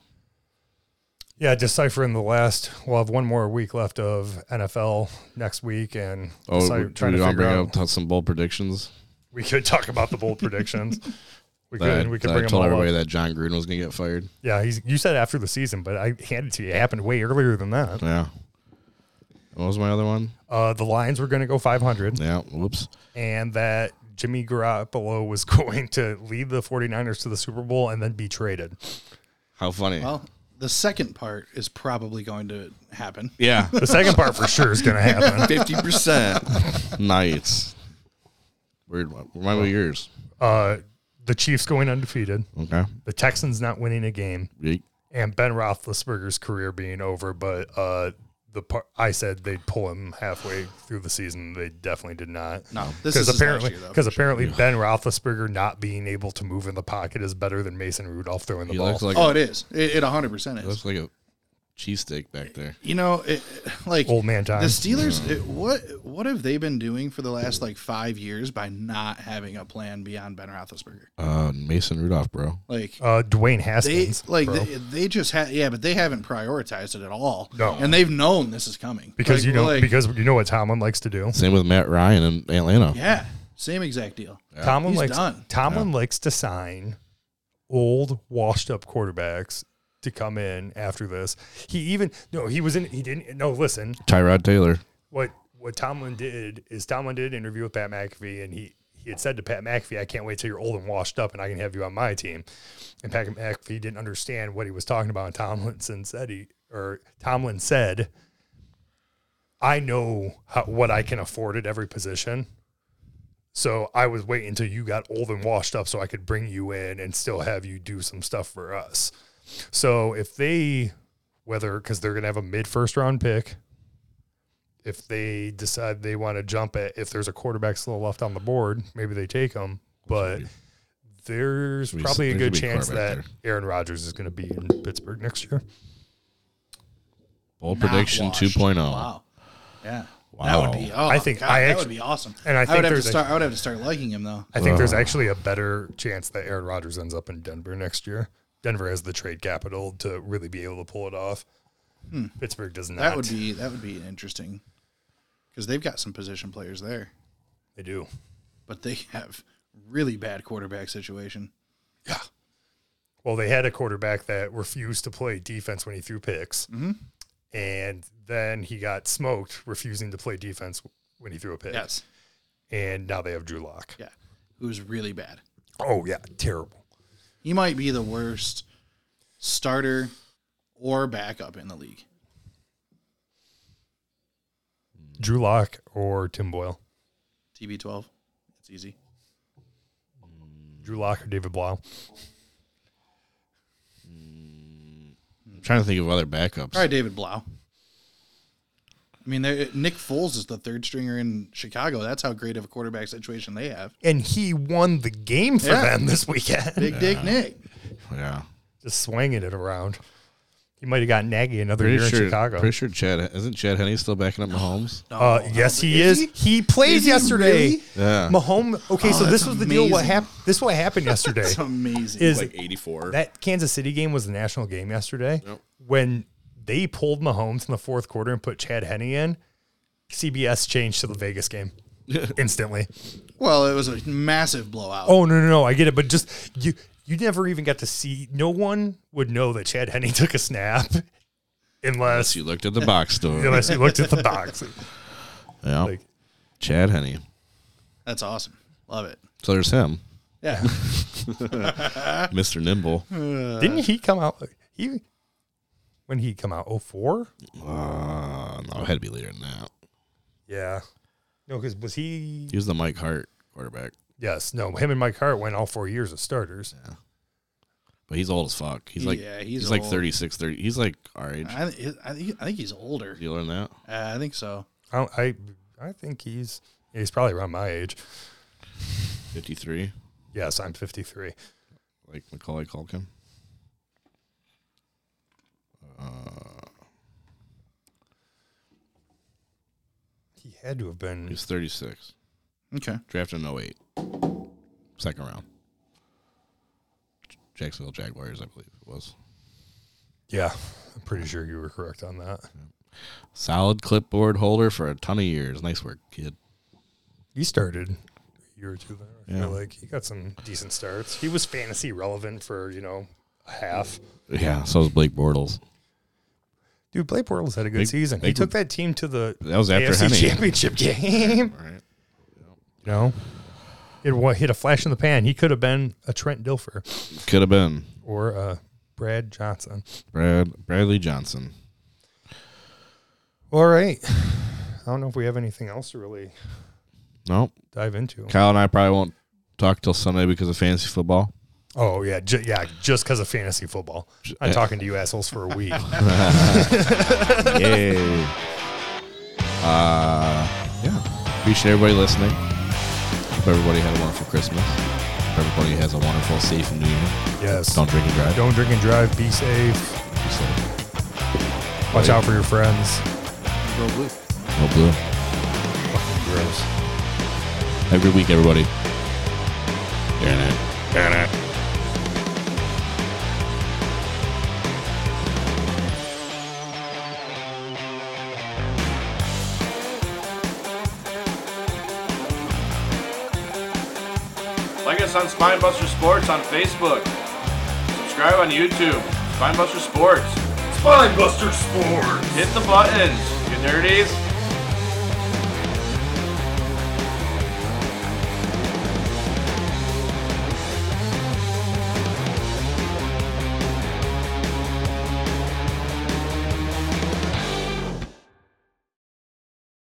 [SPEAKER 2] Yeah, deciphering the last. We'll have one more week left of NFL next week, and
[SPEAKER 3] Oh,
[SPEAKER 2] deci-
[SPEAKER 3] we- do we want to bring up t- some bold predictions?
[SPEAKER 2] We could talk about the bold predictions. We could.
[SPEAKER 3] That,
[SPEAKER 2] we could
[SPEAKER 3] that
[SPEAKER 2] bring
[SPEAKER 3] I
[SPEAKER 2] them
[SPEAKER 3] told
[SPEAKER 2] all
[SPEAKER 3] everybody
[SPEAKER 2] up.
[SPEAKER 3] that John Gruden was going to get fired.
[SPEAKER 2] Yeah, he's, you said after the season, but I handed to you. It happened way earlier than that.
[SPEAKER 3] Yeah. What was my other one?
[SPEAKER 2] Uh, the Lions were going to go 500,
[SPEAKER 3] Yeah. Whoops.
[SPEAKER 2] and that Jimmy Garoppolo was going to lead the 49ers to the Super Bowl and then be traded.
[SPEAKER 3] How funny.
[SPEAKER 4] Well, the second part is probably going to happen.
[SPEAKER 3] yeah.
[SPEAKER 2] The second part for sure is going to happen.
[SPEAKER 3] 50%. nice. Weird one. Remind me of yours.
[SPEAKER 2] Uh, the Chiefs going undefeated,
[SPEAKER 3] Okay.
[SPEAKER 2] the Texans not winning a game,
[SPEAKER 3] Yeet.
[SPEAKER 2] and Ben Roethlisberger's career being over. But uh, the par- I said they'd pull him halfway through the season. They definitely did not.
[SPEAKER 4] No, this
[SPEAKER 2] Because
[SPEAKER 4] is his
[SPEAKER 2] apparently,
[SPEAKER 4] last year, though.
[SPEAKER 2] because apparently, Ben Roethlisberger not being able to move in the pocket is better than Mason Rudolph throwing the
[SPEAKER 3] He
[SPEAKER 2] ball.
[SPEAKER 3] looks like,
[SPEAKER 4] oh,
[SPEAKER 3] a,
[SPEAKER 4] it is. It, it 100% is.
[SPEAKER 3] looks like a cheesesteak back there.
[SPEAKER 4] You know, it, like
[SPEAKER 2] Old man time.
[SPEAKER 4] The Steelers, it, what what have they been doing for the last like five years by not having a plan beyond Ben Roethlisberger?
[SPEAKER 3] Uh, Mason Rudolph, bro.
[SPEAKER 4] Like
[SPEAKER 2] uh, Dwayne
[SPEAKER 4] they
[SPEAKER 2] Haskins,
[SPEAKER 4] like
[SPEAKER 2] bro.
[SPEAKER 4] they, they just had yeah, but they haven't prioritized it at all.
[SPEAKER 2] No.
[SPEAKER 4] and they've known this is coming
[SPEAKER 2] because
[SPEAKER 4] Like-
[SPEAKER 2] you know,
[SPEAKER 4] like,
[SPEAKER 2] because you know what Tomlin likes to do.
[SPEAKER 3] Same with Matt Ryan in Atlanta.
[SPEAKER 4] yeah, same exact deal.
[SPEAKER 2] Tomlin
[SPEAKER 4] He's
[SPEAKER 2] likes
[SPEAKER 4] done.
[SPEAKER 2] Tomlin likes to sign old, washed-up quarterbacks to come in after this. He even no, he was in. He didn't. No, listen.
[SPEAKER 3] Tyrod Taylor.
[SPEAKER 2] what what Tomlin did is Tomlin did an interview with Pat McAfee, and he he had said to Pat McAfee, "I can't wait till you're old and washed up, and I can have you on my team." And Pat McAfee didn't understand what he was talking about. And Tomlinson said he or Tomlin said, "I know how, what I can afford at every position." So I was waiting until you got old and washed up so I could bring you in and still have you do some stuff for us. So if they, whether because they're going to have a mid first round pick, if they decide they want to jump it, if there's a quarterback still left on the board, maybe they take him. But there's
[SPEAKER 3] Should be-
[SPEAKER 2] probably a
[SPEAKER 3] there
[SPEAKER 2] good
[SPEAKER 3] should be a
[SPEAKER 2] chance that
[SPEAKER 3] quarterback
[SPEAKER 2] Aaron Rodgers is going to be in Pittsburgh next year.
[SPEAKER 3] Bold
[SPEAKER 4] Not
[SPEAKER 3] prediction oh.
[SPEAKER 4] washed.
[SPEAKER 3] 2.0.
[SPEAKER 4] Wow, yeah, that
[SPEAKER 3] Wow.
[SPEAKER 4] would be. Oh,
[SPEAKER 2] I think
[SPEAKER 4] God,
[SPEAKER 2] I
[SPEAKER 4] that
[SPEAKER 2] actu-
[SPEAKER 4] would be awesome.
[SPEAKER 2] and I
[SPEAKER 4] I
[SPEAKER 2] think
[SPEAKER 4] would have to
[SPEAKER 2] there's a-
[SPEAKER 4] start. I would have to start liking him though.
[SPEAKER 2] I think there's actually a better chance that Aaron Rodgers ends up in Denver next year. Denver has the trade capital to really be able to pull it off. Pittsburgh does not.
[SPEAKER 4] Hmm. That would be that would be interesting because they've got some position players there,
[SPEAKER 2] They do.
[SPEAKER 4] but they have really bad quarterback situation.
[SPEAKER 2] Well, they had a quarterback that refused to play defense when he threw picks,
[SPEAKER 4] Mm-hmm.
[SPEAKER 2] and then he got smoked refusing to play defense when he threw a pick.
[SPEAKER 4] Yes,
[SPEAKER 2] And now they have Drew Lock.
[SPEAKER 4] yeah, who's really bad.
[SPEAKER 2] Oh yeah, terrible.
[SPEAKER 4] He might be the worst starter or backup in the league.
[SPEAKER 2] Drew Lock or Tim Boyle.
[SPEAKER 4] TB12, it's easy.
[SPEAKER 2] Drew Lock or David Blau.
[SPEAKER 3] I'm trying to think of other backups.
[SPEAKER 4] All right, David Blau. I mean, there- Nick Foles is the third stringer in Chicago. That's how great of a quarterback situation they have.
[SPEAKER 2] And he won the game for
[SPEAKER 4] Yeah.
[SPEAKER 2] them this weekend.
[SPEAKER 4] Big Dick Nick.
[SPEAKER 3] Yeah.
[SPEAKER 2] just swinging it around. He might have got Nagy another
[SPEAKER 3] Pretty
[SPEAKER 2] year
[SPEAKER 3] sure,
[SPEAKER 2] in Chicago.
[SPEAKER 3] pretty sure Chad isn't Chad Henney still backing up Mahomes?
[SPEAKER 2] uh, yes, he is. He, plays
[SPEAKER 4] Is he
[SPEAKER 2] yesterday.
[SPEAKER 4] really? Oh,
[SPEAKER 3] Yeah.
[SPEAKER 2] Mahomes. Okay, so
[SPEAKER 4] that's
[SPEAKER 2] this was the deal. What
[SPEAKER 4] amazing.
[SPEAKER 2] happened? This what happened yesterday
[SPEAKER 4] It's amazing.
[SPEAKER 2] is
[SPEAKER 3] 84.
[SPEAKER 2] that Kansas City game was the national game yesterday when they pulled Mahomes in the fourth quarter and put Chad Henney in. CBS changed to the Vegas game instantly.
[SPEAKER 4] well, it was a massive blowout.
[SPEAKER 2] Oh no, no, no! I get it, but just you. You never even got to see. No one would know that Chad Henney took a snap, unless
[SPEAKER 3] Unless you looked at the box store.
[SPEAKER 2] unless you looked at the box.
[SPEAKER 3] yeah.
[SPEAKER 2] Like-
[SPEAKER 3] Chad Henney.
[SPEAKER 4] That's awesome. Love it.
[SPEAKER 3] So there's him,
[SPEAKER 4] Yeah. Uh,
[SPEAKER 3] Mr. Nimble.
[SPEAKER 4] hmm.
[SPEAKER 2] Didn't he come out? He when he come out? Oh four?
[SPEAKER 3] Uh, no, it had to be later than that.
[SPEAKER 2] Yeah. No, because was he?
[SPEAKER 3] He was the Mike Hart quarterback,
[SPEAKER 2] Yes, no, him and Mike Hart went all four years as starters.
[SPEAKER 3] but he's old as fuck. He's like
[SPEAKER 4] Yeah,
[SPEAKER 3] he's,
[SPEAKER 4] he's
[SPEAKER 3] like
[SPEAKER 4] old. Uh,
[SPEAKER 3] 36, 30. He's like our age.
[SPEAKER 4] I, th- I, think, I think he's older.
[SPEAKER 3] you learn that?
[SPEAKER 4] Uh, I think so.
[SPEAKER 2] I don't- I I think he's he's probably around my age.
[SPEAKER 3] 53,
[SPEAKER 2] Yes, I'm 53.
[SPEAKER 3] like Macaulay Culkin.
[SPEAKER 2] He had to have been
[SPEAKER 3] He's 36.
[SPEAKER 4] Okay.
[SPEAKER 3] Drafted in 08. Second round. Jacksonville Jaguars, I believe it was.
[SPEAKER 2] Yeah, I'm pretty sure you were correct on that.
[SPEAKER 3] Solid clipboard holder for a ton of years. Nice work, kid.
[SPEAKER 2] He started a year or two there. I
[SPEAKER 3] Yeah.
[SPEAKER 2] feel like he got some decent starts. He was fantasy relevant for, you know, a half.
[SPEAKER 3] Yeah, so was Blake Bortles.
[SPEAKER 2] Dude, Blake Bortles had a good
[SPEAKER 3] They-
[SPEAKER 2] season.
[SPEAKER 3] they-
[SPEAKER 2] he took that team to the
[SPEAKER 3] That was after
[SPEAKER 2] AFC
[SPEAKER 3] Henny.
[SPEAKER 2] championship game.
[SPEAKER 3] Right.
[SPEAKER 2] You know, it wa- hit a flash in the pan. He could have been a Trent Dilfer
[SPEAKER 3] Could have been
[SPEAKER 2] or a Brad Johnson.
[SPEAKER 3] Brad Bradley Johnson.
[SPEAKER 2] All right. I don't know if we have anything else to really
[SPEAKER 3] Nope.
[SPEAKER 2] dive into.
[SPEAKER 3] Kyle and I probably won't talk till Sunday because of fantasy football.
[SPEAKER 2] Oh yeah, ju- yeah, just because of fantasy football. I'm talking to you assholes for a week.
[SPEAKER 3] Yay. Uh, yeah. Appreciate everybody listening. Hope everybody had a wonderful Christmas. Hope everybody has a wonderful, safe New Year.
[SPEAKER 2] Yes.
[SPEAKER 3] Don't drink and drive.
[SPEAKER 2] Don't drink and drive. Be safe.
[SPEAKER 3] be safe.
[SPEAKER 2] Watch out for your friends.
[SPEAKER 4] Go blue.
[SPEAKER 3] No blue.
[SPEAKER 2] Gross.
[SPEAKER 3] Have a good week, everybody. Darn it. Darn it.
[SPEAKER 5] Like us on Spinebuster Sports on Facebook. Subscribe on YouTube. Spinebuster Sports.
[SPEAKER 6] Spinebuster Sports!
[SPEAKER 5] Hit the buttons, you nerdies.